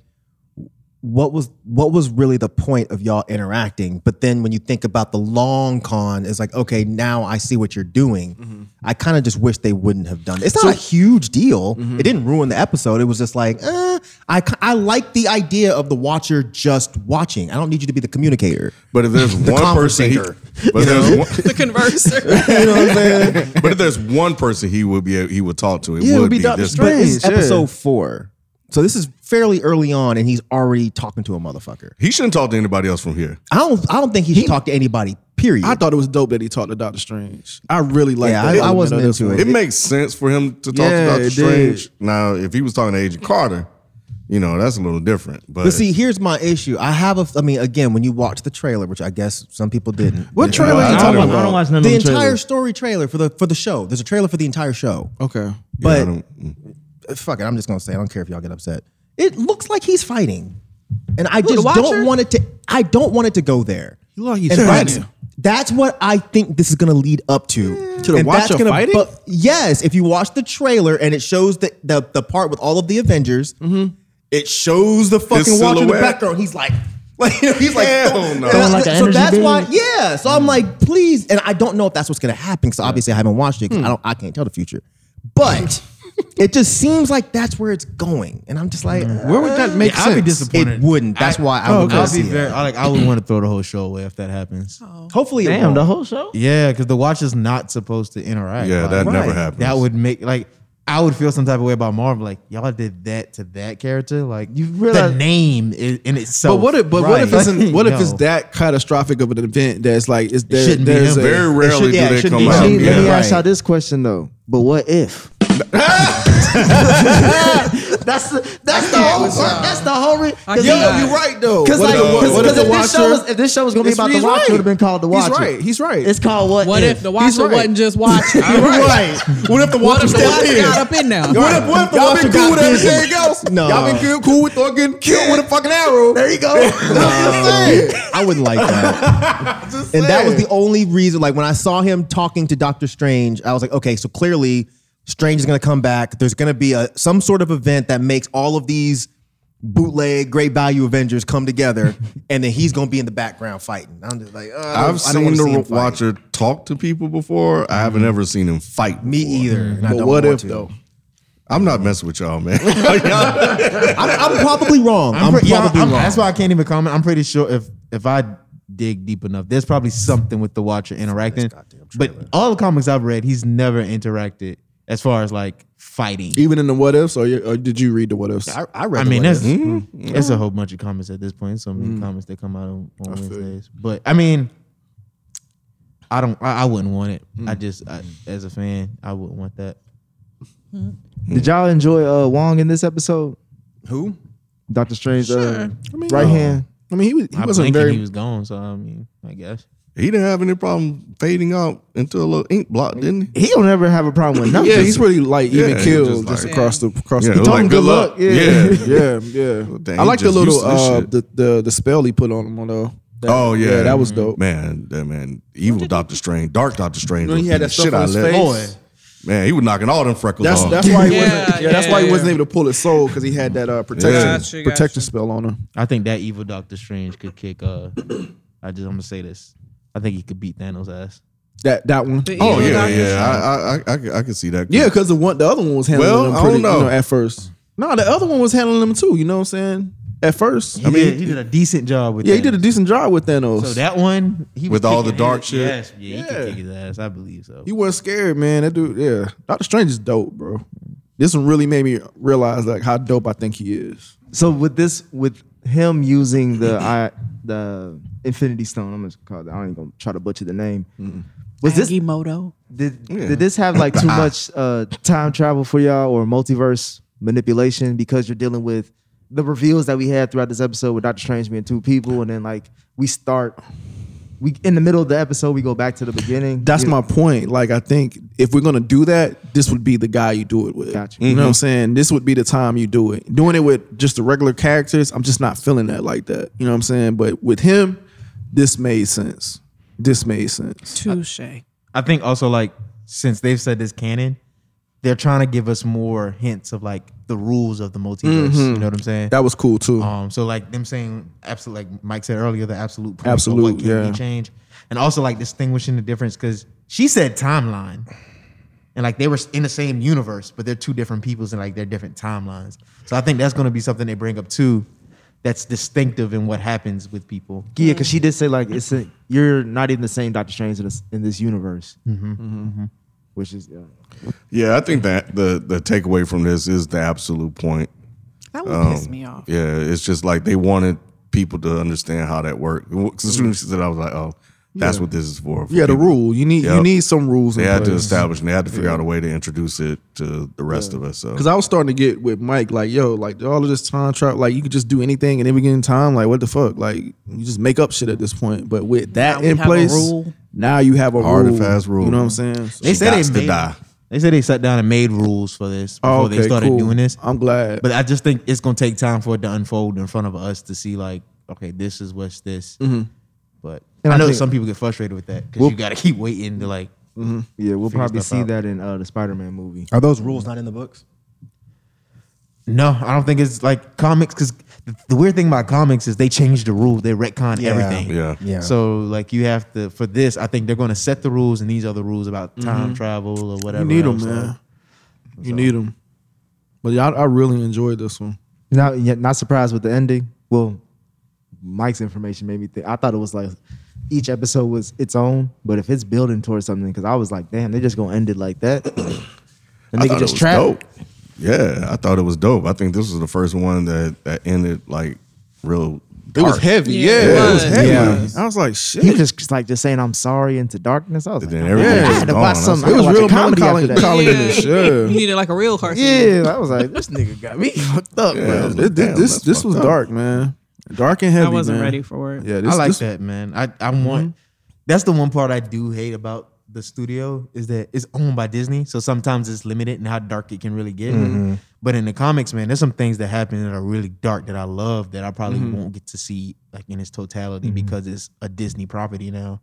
what was what was really the point of y'all interacting? But then when you think about the long con, it's like, okay, now I see what you're doing. I kind of just wish they wouldn't have done it. It's not a huge deal. It didn't ruin the episode. It was just like, eh, I ki- I like the idea of the watcher just watching. I don't need you to be the communicator.
But if there's
The
one person, he, *laughs*
conversator,
but, if there's one,
The converser.
You know what I'm saying?
*laughs* but if there's one person he would be he would talk to, it
Yeah, it
would,
would be
be,
Dr.
this.
But
person.
it's episode four. So this is fairly early on, and he's already talking to a motherfucker.
He shouldn't talk to anybody else from here.
I don't. I don't think he should talk to anybody. Period.
i thought it was dope that he talked to dr strange i really like
Yeah,
that
I- I
element
wasn't
of this
into
one.
It, makes sense for him to talk
Yeah,
to Doctor
it
Strange.
did.
Now, if he was talking to Agent Carter, you know that's a little different. But,
but see, here's my issue. I have a. I mean, again, when you watch the trailer, which I guess some people didn't.
what trailer
I
are you
don't
talking
know.
about
watch none
the
of them
entire
trailers.
story trailer for the for the show. There's a trailer for the entire show.
okay
I
But
don't- mm.
fuck it, I'm just gonna say. it. I don't care if y'all get upset. It looks like he's fighting, and I just
Watcher?
don't want it to. I don't want it to go there.
you look like you
And that's,
said
that's what I think this is going to lead up to.
To the
And
Watcher
that's gonna
fighting?
bu- yes, if you watch the trailer and it shows the the, the part with all of the Avengers, it shows the fucking Watcher in the
silhouette?
background. He's like, *laughs* like you know, he's like,
Hell no.
And I-
Like an
so
energy
that's why,
beam?
yeah. So I'm like, please, and I don't know if that's what's going to happen because obviously I haven't watched it because I don't, I can't tell the future, but. It just seems like that's where it's going, and I'm just like,
where would that make
Yeah,
sense
I'd be disappointed. Oh,
It wouldn't. That's why I would go
I'll
see
be
it.
very. I, like I would want to throw the whole show away if that happens.
Oh.
hopefully, it
Damn,
won't.
the whole show.
Yeah, because the watch is not supposed to interact.
yeah,
Like,
that never
Right.
happens.
That would make like I would feel some type of way about Marvel. Like y'all did that to that character. Like you
realize-
the name is in itself.
but what if but what if
Right.
it's an, what
*laughs*
if
No.
it's that catastrophic of an event that's like is there,
shouldn't be
there's
him.
a-
very rarely
should- yeah, it
do they
should
come
be-
out.
Let me, let me
Yeah.
ask y'all this question though. But what if? that's the, that's the whole part. That's the whole. Re-
I
'cause
can't.
yo, you
right though.
Because
What
like,
if the-
cause,
what if
'cause
the
if, this show
Watcher-
was, if this show was gonna be
He's-
about the
he's
Watcher,
right.
it would have been called the
He's
Watcher.
right. He's right.
It's called what?
What if the watcher
right.
wasn't just watching?
What if the
What
watcher
if the
stepped
watcher
in?
got up in there?
What if, what if the
Y'all
watcher
been cool
got
with
busy?
everything else?
No.
Y'all been cool, cool with or getting killed with a fucking arrow.
There
*laughs*
you go. I wouldn't like that. and that was the only reason. Like when I saw him talking to Doctor Strange, I was like, okay, so clearly Strange is going to come back. There's going to be a some sort of event that makes all of these bootleg great value Avengers come together, and then he's going to be in the background fighting. I'm just like, uh, I
I've
don't- I don't
seen
wanna
the
see him fight. Mm-hmm.
Watcher talk to people before. I haven't ever seen him fight.
Me either. and I
But
don't
what
want
if
to.
though? I'm not messing with y'all, man. *laughs*
I'm, I'm probably wrong. I'm,
pre- yeah,
probably
I'm-
wrong.
That's why I can't even comment. I'm pretty sure if if I dig deep enough, there's probably something with the Watcher interacting. But all the comics I've read, he's never interacted as far as like fighting.
Even in the what ifs, or, you, or did you read the what ifs?
I mean, there's there's a whole bunch of comments at this point. So many comments that come out on, on Wednesdays. But I mean, I don't. I, I wouldn't want it. I just, I, as a fan, I wouldn't want that.
Did y'all enjoy uh, Wong in this episode?
Who?
Doctor Strange. Uh,
I mean,
right
no.
hand.
I mean, he, was, he
I
wasn't
blinked
very.
and he was gone. So I mean, I guess.
He didn't have any problem fading out into a little ink block, didn't he?
He don't ever have a problem with nothing.
yeah, he's really like
Yeah,
even
he
killed
was
just,
just like-
across the across.
Yeah,
the
it was
told
like,
him
good luck.
*laughs* yeah,
Yeah.
yeah.
Dang,
I
he
like the
just
little
used to this
uh,
shit.
the the the spell he put on him on the. that-
Oh yeah,
that was dope.
Man, that man, evil Doctor Strange, dark Doctor Strange.
When
was
he had
beating
that stuff
shit
on
out
his
of that-
face.
Man, he was knocking all them freckles
That's
off.
that's why he
Yeah,
wasn't. Yeah, that's why he
yeah.
wasn't able to pull his soul because he had that uh, protection
Gotcha, gotcha.
protection spell on him.
I think that evil Doctor Strange could kick. Uh, I just I'm gonna say this. I think he could beat Thanos' ass.
That that one.
The
Oh
evil
yeah,
Doctor
yeah. I, I, I, I, could- I could see that.
Yeah, because the one the other one was handling
Well,
him
I
pretty,
don't know.
You know, at first. No, the other one was handling him too. You know what I'm saying? At first,
He did, he did a decent job with.
yeah, he
Thanos.
did a decent job with Thanos.
So that one, he was
With all the
kicking
dark
his-
shit?
Yes, yeah, he could kick his ass. I believe so.
He wasn't scared, man. That dude, yeah. Doctor Strange is dope, bro. This one really made me realize like how dope I think he is.
*laughs* So with this, with him using *laughs* the I, the Infinity Stone, I'm gonna call it. I ain't gonna try to butcher the name. Was this
Agimoto.
did, did this have *coughs* like too much uh, time travel for y'all or multiverse manipulation because you're dealing with the reveals that we had throughout this episode with Doctor Strange being two people and then like we start we in the middle of the episode we go back to the beginning.
That's
You know,
my point. Like I think if we're gonna do that, this would be the guy you do it with.
Gotcha.
You know what I'm saying? This would be the time you do it. Doing it with just the regular characters, I'm just not feeling that like that. You know what I'm saying? But with him, this made sense. This made sense.
Touche.
I think also like since they've said this canon, they're trying to give us more hints of like the rules of the multiverse. You know what I'm saying?
That was cool too.
Um, so like them saying absolute, like Mike said earlier, the absolute point
Absolute,
of what can
yeah.
be changed, and also like distinguishing the difference because she said timeline, and like they were in the same universe, but they're two different peoples and like they're different timelines. So I think that's going to be something they bring up too, that's distinctive in what happens with people.
yeah, because she did say like it's a, you're not even the same Doctor Strange in this, in this universe, Mm-hmm. which is yeah.
Yeah, I think that the the takeaway from this is the absolute point.
That would piss me off.
Yeah, it's just like they wanted people to understand how that worked. 'Cause As soon as she said, I was like, oh, that's what this is for. for
Mm. yeah, the
people.
rule. You need you
Yep.
need some rules.
They
in
had to
place.
establish, and they had to figure out a way to introduce it to the rest of us. So
Cause I was starting to get with Mike, like, yo, like all of this time trap, like you could just do anything and every given time, like what the fuck, like you just make up shit at this point. But with that
Now we
in
have a
place,
rule.
now you have a
Hard
rule,
and fast rule.
You know what I'm saying? So-
They said
gots to
they made,
die.
They said they sat down and made rules for this before they started
cool.
doing this.
I'm glad.
But I just think it's gonna take time for it to unfold in front of us to see like, okay, this is what's this. But
And
I
I
know
think-
some people get frustrated with that because you gotta keep waiting to like.
Yeah, we'll
Figure
probably
stuff
see
out.
that in uh, the Spider-Man movie.
Are those rules not in the books?
No, I don't think it's like comics because the, the weird thing about comics is they change the rule, they retcon
Yeah.
everything.
Yeah.
Yeah.
So like you have to for this, I think they're gonna set the rules and these other rules about time travel or whatever.
you need them,
else, like-
man. You need them. But yeah, I, I really enjoyed this one.
Not yet, not surprised with the ending. Well, Mike's information made me think. I thought it was like each episode was its own, but if it's building towards something, because I was like, damn, they're just gonna end it like that. *clears throat* The
I thought
nigga just
it was
trapped.
dope. Yeah, I thought it was dope. I think this was the first one that that ended like real.
It was
dark.
heavy,
Yeah,
yeah.
it
It was
was.
heavy.
Yeah.
I was like,
He
shit.
was just, just like just saying I'm sorry into darkness. I was
And
like,
then
"Nah,
everything
Yeah.
I
was
had to
gone.
watch
I was
some.
like,
I
It was
had to
real
watch a comedy after
melancholy,
that.
melancholy
*laughs*
in this.
You
Yeah.
needed like a real person.
Yeah, *laughs* I was like, this nigga got me *laughs* fucked up.
Yeah,
bro.
it was
It-
like, damn,
This this,
that's
this
fucked
was
up.
dark, man. Dark and heavy.
I wasn't
man.
ready for it.
Yeah, this,
I like
this-
that, man. I I want that's the one part I do hate about the studio is that it's owned by Disney, so sometimes it's limited in how dark it can really get. But in the comics, man, there's some things that happen that are really dark that I love that I probably won't get to see like in its totality because it's a Disney property now.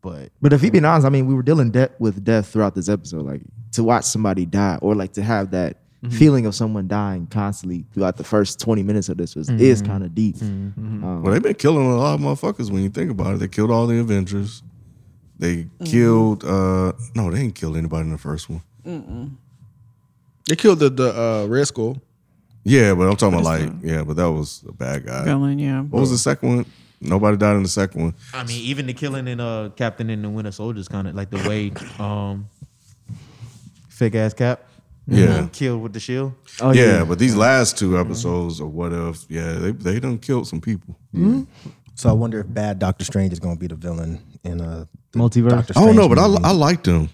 But
But if he been honest, I mean, we were dealing de- with death throughout this episode. Like to watch somebody die or like to have that feeling of someone dying constantly throughout the first 20 minutes of this was is
Mhm.
kind of deep. Um,
Well, they've been killing a lot of motherfuckers when you think about it. They killed all the Avengers. They killed. uh No, they didn't kill anybody in the first one.
They killed the, the uh, Red Skull.
Yeah, but I'm talking about like, yeah, but that was a bad guy.
Villain, yeah.
Oh.
What was the second one? Nobody died in the second one.
I mean, even the killing in uh Captain and the Winter Soldiers kind of like the way um fake ass cap.
Yeah.
*laughs* Killed with the shield.
yeah, but these last two episodes of What If, yeah, they they done killed some people.
So I wonder if bad Doctor Strange is going to be the villain in uh, a
Multiverse?
I don't know, Oh, but I I liked him.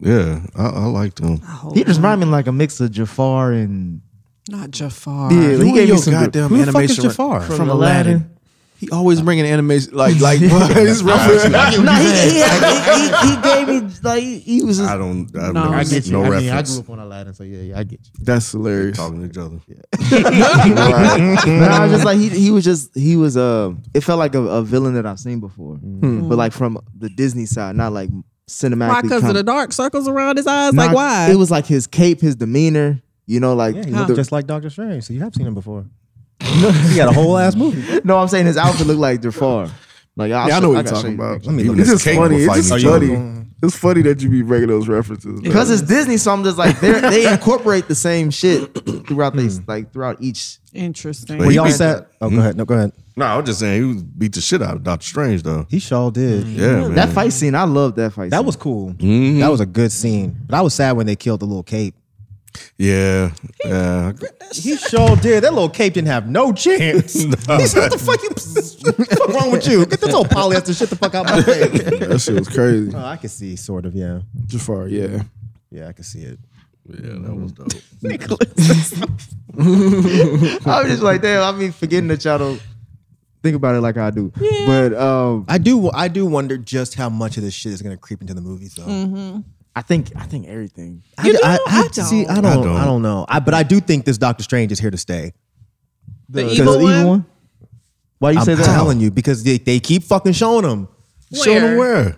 Yeah, I, I liked him.
he just reminded me like a mix of Jafar and
Not Jafar.
Yeah, he gave me
your
some good-
goddamn
Who the fuck
animation
is Jafar?
from,
From
Aladdin.
Aladdin.
He always bringing animation like *laughs* like it's rough.
no, he, he, he, he, he gave me *laughs* like he- he was. Just,
I don't.
Um,
I've
No,
never
I
seen
get you.
No
I
reference.
mean, I grew up on Aladdin, so yeah, yeah I get
*laughs*
you.
That's hilarious.
Talking to each other.
no, I was just like he, he was just he was uh it felt like a, a villain that I've seen before, but like from the Disney side, not like cinematic.
Why? Because of the dark circles around his eyes. like why?
It was like his cape, his demeanor. You know, like
Yeah, he
the-
looked just like Doctor Strange. So you have seen him before. *laughs* he got a whole ass movie.
no, I'm saying his outfit looked like Jafar. Like I'll
Yeah, I
show-
know what you're
gotta show
talking
you.
about.
Let me look
It's
at
just
King
funny.
was
It's just
fighting each
funny. It's funny that you be bringing those references. man.
Because it's Disney, so I'm just like they're- they incorporate the same shit throughout these like throughout each.
Interesting.
Well,
Were
he Hmm?
y'all
beat-
set? Oh, go ahead. No, go ahead.
No, I was just saying he was beat the shit out of Doctor Strange though.
He sure did.
Yeah, man.
That fight scene, I love Hmm. that fight.
Mm. That
scene.
was cool.
Mm-hmm.
That was a good scene. But I was sad when they killed the little cape.
Yeah, yeah.
He sure did. That little cape didn't have
*laughs*
no chance. He said, "What the fuck? You, *laughs* what the fuck wrong with you? Get this old polyester shit the fuck out my face."
that shit was crazy.
Oh, I can see, sort of. Yeah,
Jafar, yeah.
yeah, I can see it.
Yeah, that was dope.
*laughs* I was just like, damn, I be forgetting that y'all don't think about it like I do. But um,
I do. I do wonder just how much of this shit is gonna creep into the movies, though.
I think I think everything.
I, do, I, I,
Mm. don't.
see. I don't. I don't,
don't.
know. I, but I do think this Doctor Strange is here to stay.
the,
Because
evil
the
one.
Why you
I'm
say that?
telling you because they, they keep fucking showing him.
Showing him where?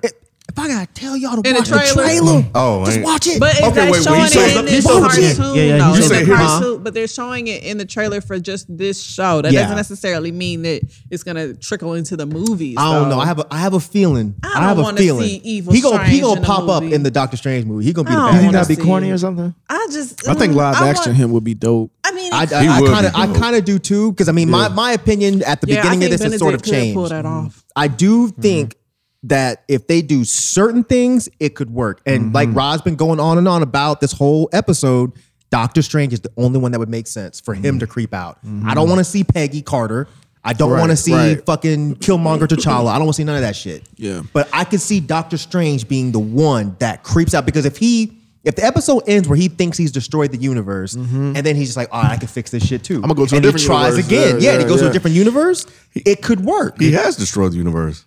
If I gotta tell y'all to
In the
watch the
trailer?
trailer,
Oh,
just
man.
watch it.
But is
Okay,
that
wait,
showing
wait, so
it in
the
this
people-
cartoon?
Yeah,
yeah, you
though?
just
In
said
the
here's-
cartoon, but they're showing it in the trailer for just this show. That
Yeah.
doesn't necessarily mean that it's gonna trickle into the movies.
I don't
though.
know. I have a I have a feeling.
I
I, have
don't
a
wanna
feeling.
see Evil
he gonna he
Strange
gonna
in a
pop up
movie.
in the Doctor Strange movie. He gonna be
I
the
don't
bad
You think
guy.
wanna
that'd be
see.
corny or something?
I just.
I think
mm,
live
I
action
want-
him would be dope.
I mean,
I,
it's-
I,
He
I
would
kind of
be
I
dope.
kind of do too because I mean my, my opinion at the
yeah,
beginning
I
of
think
this has sort of
Benedict could Pull
changed.
that off.
Um, I do think that if they do certain things, it could work. And
Mm-hmm.
like Rod's been going on and on about this whole episode, Doctor Strange is the only one that would make sense for
Mm-hmm.
him to creep out. I don't want to see Peggy Carter. I don't want to see
right.
fucking Killmonger T'Challa. I don't want to see none of that shit.
Yeah.
But I could see Doctor Strange being the one that creeps out because if he if the episode ends where he thinks he's destroyed the universe, and then he's just like, "All right, I can fix this shit too," I'm
gonna Mm-hmm. go to a
and
different
he tries
universe.
again. Yeah,
Yeah,
and he
yeah,
goes to
yeah.
a different universe. It could work.
He has destroyed the universe.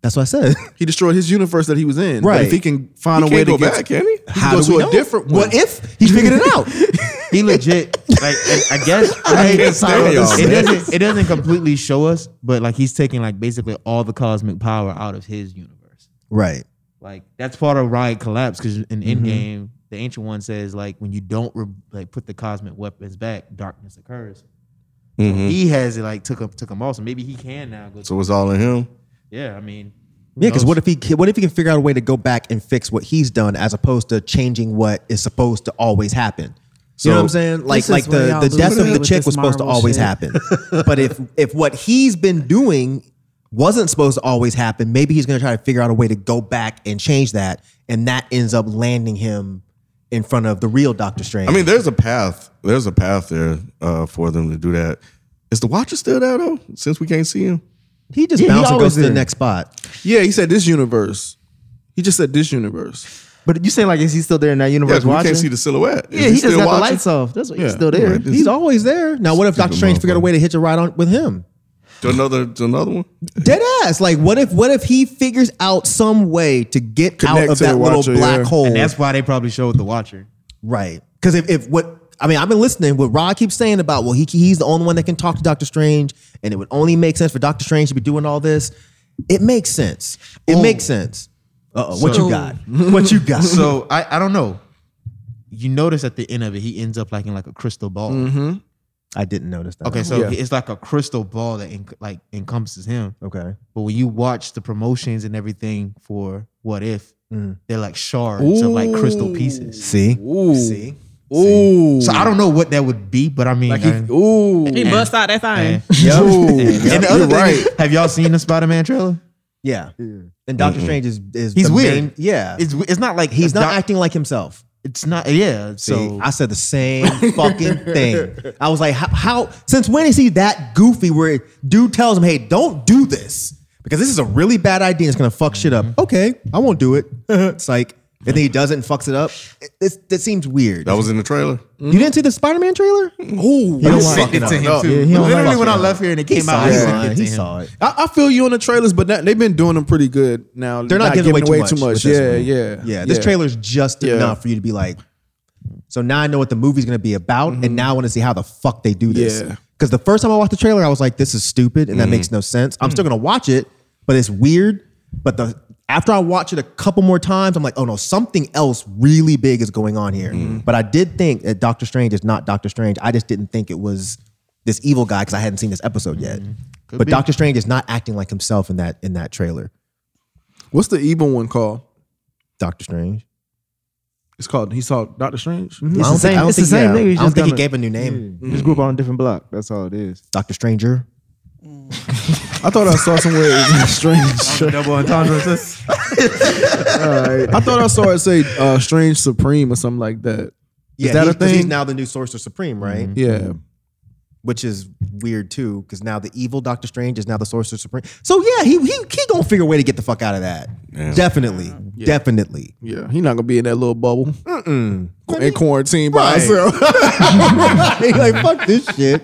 That's what
*laughs*
I said.
He destroyed his universe that he was in. But
Right.
if he can find
He
a way
can't
to
go
get
back, can he?
can go
do
to
we
a
know?
different one.
What if he figured it
*laughs*
out?
He legit. Like I I guess. I
can't
guess-
stand y'all,
it
man.
doesn't. It doesn't completely show us, but like he's taking like basically all the cosmic power out of his universe.
right.
Like that's part of Riot collapse because in
Mm-hmm.
Endgame, the ancient one says like when you don't re- like put the cosmic weapons back, darkness occurs. He has it like took up took him also. Maybe he can now go.
Mm-hmm. So it's all in him.
yeah, I mean,
Yeah, because what if he what if he can figure out a way to go back and fix what he's done as opposed to changing what is supposed to always happen? you
So-
know what I'm saying? Like
is
like
where
the,
y'all
the death
lose
of the
with
chick
this
was supposed to
Marvel
always
shit. *laughs*
happen. but if if what he's been doing wasn't supposed to always happen, maybe he's gonna try to figure out a way to go back and change that, and that ends up landing him in front of the real Doctor Strange.
I mean, there's a path. There's a path there uh, for them to do that. Is the Watcher still there though? Since we can't see him,
he just
Yeah, he
bounces and
always
goes to
there.
the next spot.
Yeah, he said this universe. He just said this universe.
But you saying like is he still there in that
yeah,
universe
'cause we
watching?
can't see the silhouette. Is
yeah, he, just
still
got the
watching?
lights off. That's why he's
Yeah.
still there.
Right.
He's always there. Now, what if Doctor Strange figured a
motherfucker.
way to hitch a ride on with him?
To another, to another one.
Dead ass. Like, what if what if he figures out some way to get out
Connect
of
to
that
the
little
Watcher,
black
yeah.
hole?
and that's why they probably showed the Watcher.
right. Because if, if what I mean, I've been listening what Rod keeps saying about well, he he's the only one that can talk to Doctor Strange, and it would only make sense for Doctor Strange to be doing all this. It makes sense. *laughs* It makes sense. Uh oh, what you got? What you got?
So I, I don't know. you notice at the end of it, he ends up like in like a crystal ball.
Mm-hmm.
Mhm. I didn't notice that.
Okay, so
Yeah.
it's like a crystal ball that enc- like encompasses him.
Okay.
but when you watch the promotions and everything for What If,
Mm.
they're like shards of like crystal pieces.
See?
see,
Ooh.
So I don't know what that would be, but I mean,
Like
he,
ooh,
He bust out that thing. *laughs*
and, the other thing, have y'all seen the Spider Man trailer?
Yeah. And Doctor
Mm-mm.
Strange is, is
He's
the
weird.
main- yeah.
It's it's not like
he's
he's
not
doc-
acting like himself.
It's not. Yeah.
See,
So
I said the
*laughs*
same fucking thing. I was like, how, how? Since when is he that goofy? Where dude tells him, "Hey, don't do this because this is a really bad idea. It's gonna fuck shit
Mm-hmm.
up." Okay, I won't do it. it's like, and then he does it and fucks it up. It, it's- that seems weird.
That was in the trailer.
You didn't see the Spider-Man trailer? Oh,
I sent it to him too. Literally when I left here and it came out, I sent it to
he
him.
saw it.
I, I feel you on the trailers, but that, they've been doing them pretty good now.
They're not, giving, away too much. with
Yeah,
this
yeah,
movie. yeah. This trailer's just
Yeah.
enough for you to be like, so now I know what the movie's gonna be about, and now I want to see how the fuck they do this.
Yeah.
Because the first time I watched the trailer, I was like, this is stupid, and that makes no sense. I'm still gonna watch it, but it's weird. But the after I watch it a couple more times, I'm like, oh no, something else really big is going on here. But I did think that Doctor Strange is not Doctor Strange. I just didn't think it was this evil guy because I hadn't seen this episode yet. but
be.
Doctor Strange is not acting like himself in that in that trailer.
What's the evil one called?
Doctor Strange.
It's called. He saw Doctor Strange.
I don't think- I don't think- yeah, I don't think he gave a new
He
name.
Mm-hmm. Just grew up on a different block. That's all it is.
Doctor Stranger.
I thought I saw somewhere it was strange.
Double entendre. sis.
I thought I saw it say uh, Strange Supreme or something like that. Is
Yeah,
that
he-
a
'cause
thing?
He's now the new Sorcerer Supreme, right?
yeah.
Which is weird too, because now the evil Doctor Strange is now the Sorcerer Supreme. So yeah, he he, he gonna figure a way to get the fuck out of that. Definitely, definitely.
Yeah, he's not gonna be in that little bubble in quarantine by *laughs*
Right.
himself.
like fuck this shit.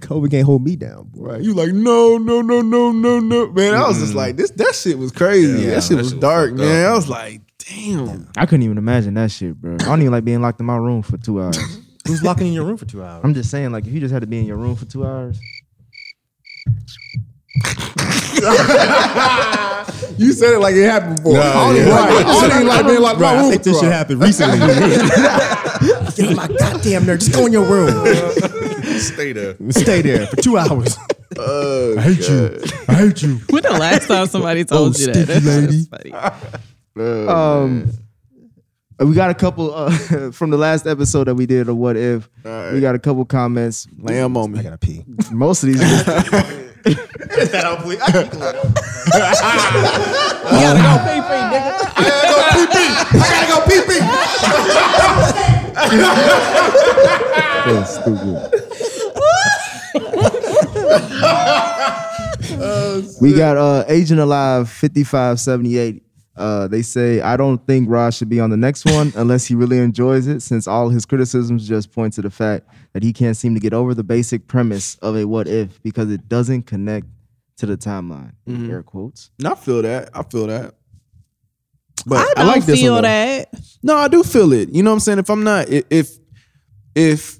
COVID can't hold me down, boy.
Right. You like no, no, no, no, no, no, man. I was just like this. That shit was crazy. that shit was dark, man. I was like, damn.
I couldn't even imagine that shit, bro. I don't even like being locked in my room for two hours.
Who's locking in your room for two hours?
I'm just saying, like, if you just had to be in your room for two hours,
You said it like it happened before.
Nah,
I don't even
yeah.
like- I don't even like being like my
I
room
think
for two
this shit
hours.
happened recently. Get on my goddamn nerve. Just go in your room.
Stay there.
Stay there for two
*laughs*
hours.
Oh,
I hate you. I hate you.
When the last time somebody told you that? That's
lady.
funny.
Oh,
um, we got a couple uh, *laughs* from the last episode that we did of What If. We got a couple comments.
Lamb on
I
me.
gotta pee.
Most of
*laughs*
these, I
gotta go pee pee.
We got uh, Agent Alive 5578. Uh, they say, I don't think Rod should be on the next one unless he really enjoys it, since all his criticisms just point to the fact that he can't seem to get over the basic premise of a what if because it doesn't connect to the timeline.
Mm-hmm.
Air quotes.
No, I feel that. I feel that. But
I don't
like this
feel
one, though.
that.
No, I do feel it. You know what I'm saying? If I'm not, i- if, if,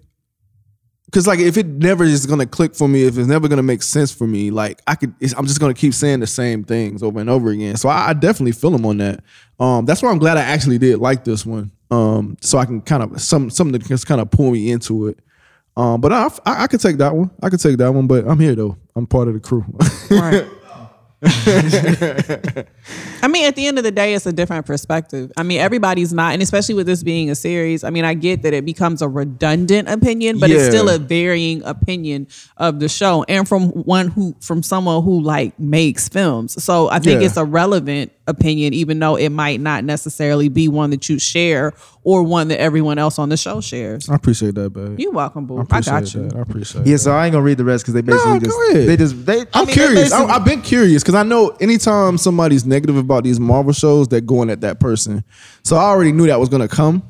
because like if it never is gonna click for me, if it's never gonna make sense for me, like I could, it's, I'm just gonna keep saying the same things over and over again. So I, I definitely feel them on that. Um, that's why I'm glad I actually did like this one. Um, so I can kind of some something to just kind of pull me into it. Um, but I, I I could take that one. I could take that one. But I'm here though. I'm part of the crew. *laughs*
Right. I mean, at the end of the day, it's a different perspective. I mean, everybody's not, and especially with this being a series, I mean, I get that it becomes a redundant opinion, but it's
Yeah.
still a varying opinion of the show and from one who, from someone who like makes films. So I think
Yeah.
it's a relevant opinion, even though it might not necessarily be one that you share or one that everyone else on the show shares.
I appreciate that, babe.
You welcome,
I
boo. I,
appreciate
got you.
that. I appreciate.
Yeah, so I ain't gonna read the rest because they basically
No, go
just
ahead.
they just they
I'm
I mean, they
curious. I,
basically-
I've been curious because I know anytime somebody's negative about these Marvel shows, they're going at that person. So I already knew that was going to come,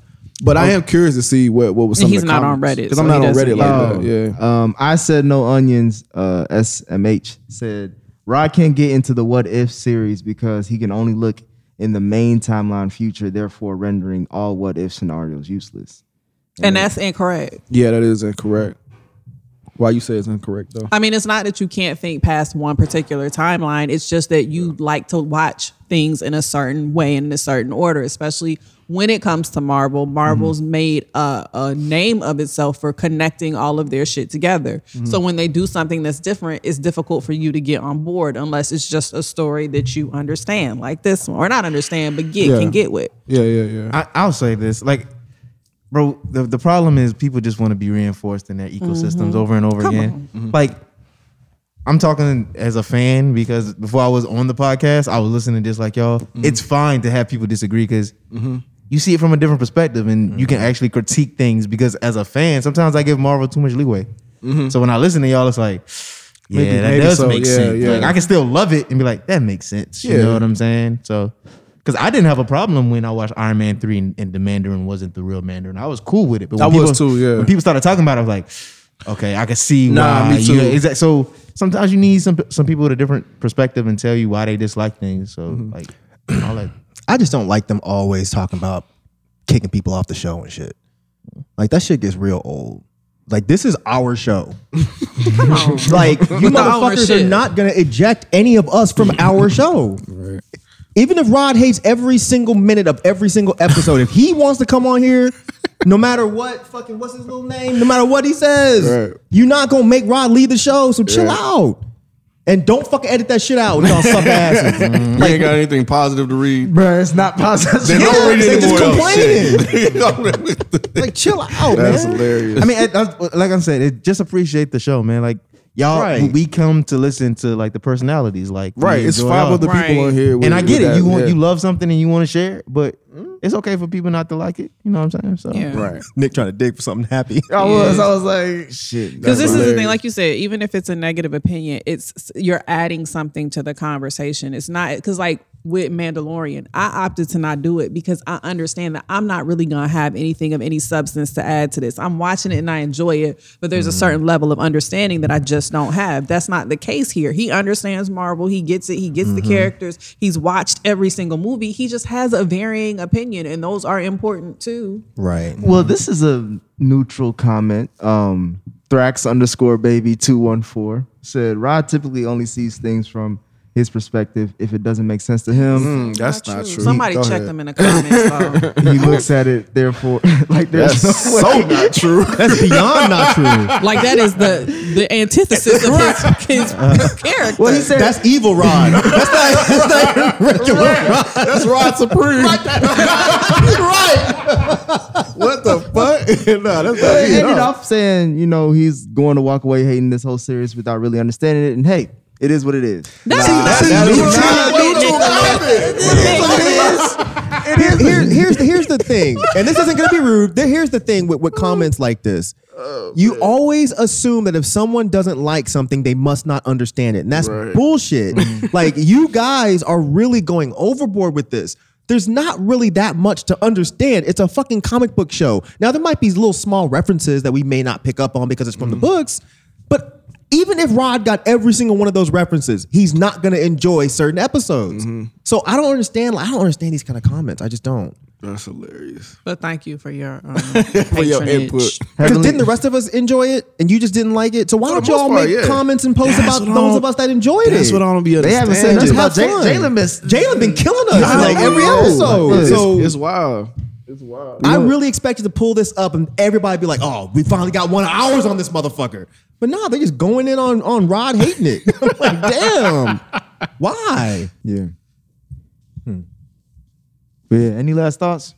but I am curious to see what what was. Some
He's not on Reddit,
because
so
I'm
he
not on
doesn't-
Reddit like
yeah.
that. Yeah.
Um, I said no onions. Uh, SMH said Rod can't get into the what if series because he can only look in the main timeline future, therefore rendering all what if scenarios useless.
And that's incorrect.
Yeah, that is incorrect. Why you say it's incorrect though?
I mean, it's not that you can't think past one particular timeline. It's just that you like to watch things in a certain way and in a certain order, especially when it comes to Marvel. Marvel's made a, a name of itself for connecting all of their shit together.
Mhm.
So when they do something that's different, it's difficult for you to get on board unless it's just a story that you understand, like this one, or not understand, but get
Yeah.
can get with.
Yeah, yeah, yeah.
I, I'll say this, like, bro, the, the problem is people just want to be reinforced in their ecosystems
Mhm.
over and over
Come
again.
on.
Mm-hmm.
Mhm.
Like, I'm talking as a fan because before I was on the podcast, I was listening just like y'all.
Mm-hmm.
It's fine to have people disagree because you see it from a different perspective and you
Mm-hmm.
can actually critique things because as a fan, sometimes I give Marvel too much leeway. So when I listen to y'all, it's like, *sighs*
Mm-hmm.
yeah,
Maybe-
that
maybe
does
so,
make
yeah,
sense.
yeah.
Like I can still love it and be like, that makes sense. You
Yeah.
know what I'm saying? So, because I didn't have a problem when I watched Iron Man three and, and the Mandarin wasn't the real Mandarin. I was cool with it. But when
I was
people-
too, yeah.
When people started talking about it, I was like, okay, I can see
Nah,
why.
me too.
You, exact- so sometimes you need some some people with a different perspective and tell you why they dislike things. So
Mm-hmm.
like, *clears throat* all that.
I just don't like them always talking about kicking people off the show and shit. Like that shit gets real old. Like this is our
*laughs*
show. like you
With the our
motherfuckers are
shit.
not gonna eject any of us from our show. Even if Rod hates every single minute of every single episode, if he wants to come on here, no matter what fucking what's his little name, no matter what he says, you're not gonna make Rod leave the show. So chill
Right.
out. And don't fucking edit that shit out, y'all
*laughs*
suck asses.
we Mm-hmm. ain't got anything positive to read.
Bruh, it's not positive. *laughs*
They
Yeah,
don't read
they
any
just
more of
complaining.
that shit.
like chill out,
That's
man.
hilarious.
I mean, I- I- like I'm saying, it, just appreciate the show, man. Like y'all,
Right.
we come to listen to like the personalities. Like we
Right, it's
enjoy
five
y'all.
other people Right. on here with-
and I
with
get it.
that,
you want
yeah.
you love something and you want to share, it, but it's okay for people not to like it. You know what I'm saying? So
Right. Nick trying to dig for something happy.
I was- I was
like, shit.
Because this is the thing, like you said, even if it's a negative opinion, it's you're adding something to the conversation. It's not because like with Mandalorian, I opted to not do it because I understand that I'm not really gonna have anything of any substance to add to this. I'm watching it and I enjoy it, but
Mm-hmm.
there's a certain level of understanding that I just don't have. That's not the case here. He understands Marvel, he gets it, he gets the
Mhm.
Mm-hmm.
characters, he's watched every single movie. He just has a varying opinion, and those are important too.
Right.
Well, this is a neutral comment. Um, Thrax underscore baby two one four said Rod typically only sees things from his perspective if it doesn't make sense to him.
Mm, that's Not not true. true.
Somebody
Go
check
ahead.
them in
*laughs*
the comments. though.
he looks at it therefore *laughs* like there's
That's
no way.
so not true.
*laughs* That's beyond not
*laughs*
true.
Like that is the the antithesis of his,
*laughs*
his character.
Well, he said that's evil Rod.
*laughs*
that's not, that's not regular Rod.
That's Rod Supreme. what the fuck?
*laughs*
nah, that's
But
not
it
me at
ended
all.
off saying, you know, he's going to walk away hating this whole series without really understanding it. And hey, it is what it is.
That's- See, that's- that's
is
neutral.
not-
Here- here- here's, the, here's the thing, and this isn't going to be rude. There- Here's the thing with, with comments like this. you always assume that if someone doesn't like something, they must not understand it. And that's
Right.
bullshit. *laughs* like, you guys are really going overboard with this. There's not really that much to understand. It's a fucking comic book show. Now, there might be little small references that we may not pick up on because it's from the books, but even if Rod got every single one of those references, he's not going to enjoy certain episodes. So I don't understand. Like, I don't understand these kind of comments. I just don't.
That's hilarious.
But thank you for your um,
For your
patronage.
input. Because didn't the rest of us enjoy it and you just didn't like it? So why
For the
don't y'all
most part,
make
yeah.
comments and posts
That's
about
what I
those
don't-
of us that enjoyed it?
that's what I don't be
They haven't said
understanding.
nothing about
Let's have
Jalen.
fun.
Jalen been killing us
Nah,
like
for
every
real.
episode.
Like, it's-
so
it's wild. It's wild.
I really expected to pull this up and everybody be like, "Oh, we finally got one of ours on this motherfucker." But no, they're just going in on on Rod hating it. *laughs* I'm like, damn, why?
Yeah. But yeah, any last thoughts?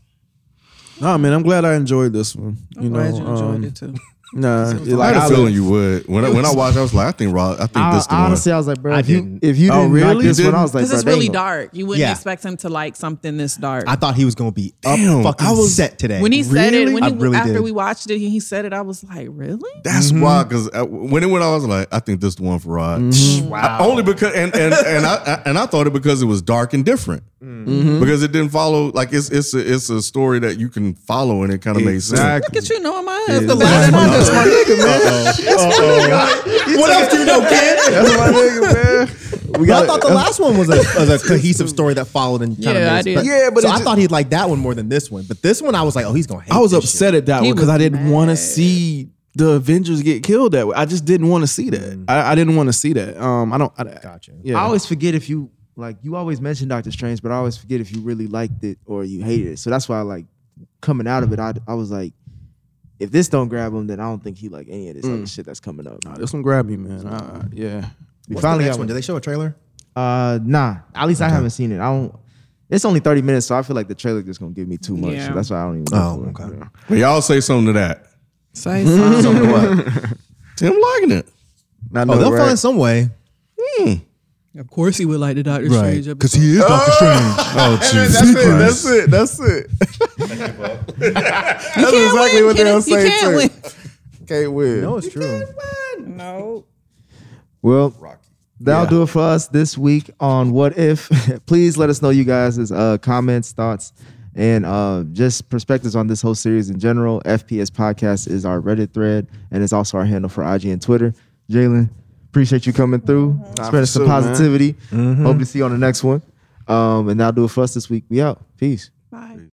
Nah, man, I'm glad I enjoyed this one. You know,
glad you enjoyed
um,
it, too.
Nah,
I had a feeling you would. When I- when I watched, I was like, I think Rod- I think this the one.
honestly, I was like, bro, if you, if you
Oh,
didn't like
really?
this one, I
Didn't?
was like,
Because
bro,
it's
they
really
ain't gonna-
dark. You wouldn't
Yeah.
expect him to like something this dark.
I thought he was gonna be
Damn,
up fucking
I was-
set today.
when he said it,
Really?
when
I
he,
really
after
did.
we watched it, he he said it. I was like, really?
That's
mm-hmm.
why, because when it went, I was like, I think this is the one for Rod.
Mm-hmm.
Wow. only because and and and I, I- and I thought it because it was dark and different.
Mm-hmm.
Mhm.
Because it didn't follow like it's it's a, it's a story that you can follow and it kind of makes
*laughs*
sense.
Look at you knowing my
Yeah. That's
husband. better than
my
I do.
nigga,
What else do you know, kid?
That's my nigga, man.
We got I thought the last one was a, was a cohesive story that followed and kind
Yeah, I
of
did. Yeah, but
so
it
I
ju-
thought he'd like that one more than this one. But this one, I was like, oh, he's gonna hate.
I was
this
upset
shit.
at that one because I didn't want to see the Avengers get killed that way. I just didn't want to see that. I, I didn't want to see that. Um, I don't. I, gotcha. Yeah.
Mm. I always forget if you like you always mention Doctor Strange, but I always forget if you really liked it or you hated it. So that's why like coming out of it, I I was like, if this don't grab him, then I don't think he like any of this other
Mm.
shit that's coming up.
Nah, this one grabbed me, man. Uh, yeah.
We finally got one.
Did they show a trailer?
Uh, nah. At least I haven't seen it. I don't. It's only thirty minutes, so I feel like the trailer just gonna give me too much.
Yeah.
So that's why I don't even.
Oh,
okay.
But y'all say something to that.
Say
*laughs*
Something
something.
to what? Tim liking it.
I
oh, they'll find some way.
Of course, he would like the Doctor Strange episode.
Because he is Doctor Strange.
Oh,
that's it. That's it. That's it. that's exactly what they were saying. too. *laughs* Can't win.
No, it's true.
No.
Well, that'll do it for us this week on What If. *laughs* Please let us know you guys' uh, comments, thoughts, and uh, just perspectives on this whole series in general. FPS Podcast is our Reddit thread, and it's also our handle for IG and Twitter. Jalen, appreciate you coming through,
Nah,
spreading
for
some
sure, man.
positivity. Hope to see you on the next one. Um, and that'll do it for us this week. We out. Peace.
Bye.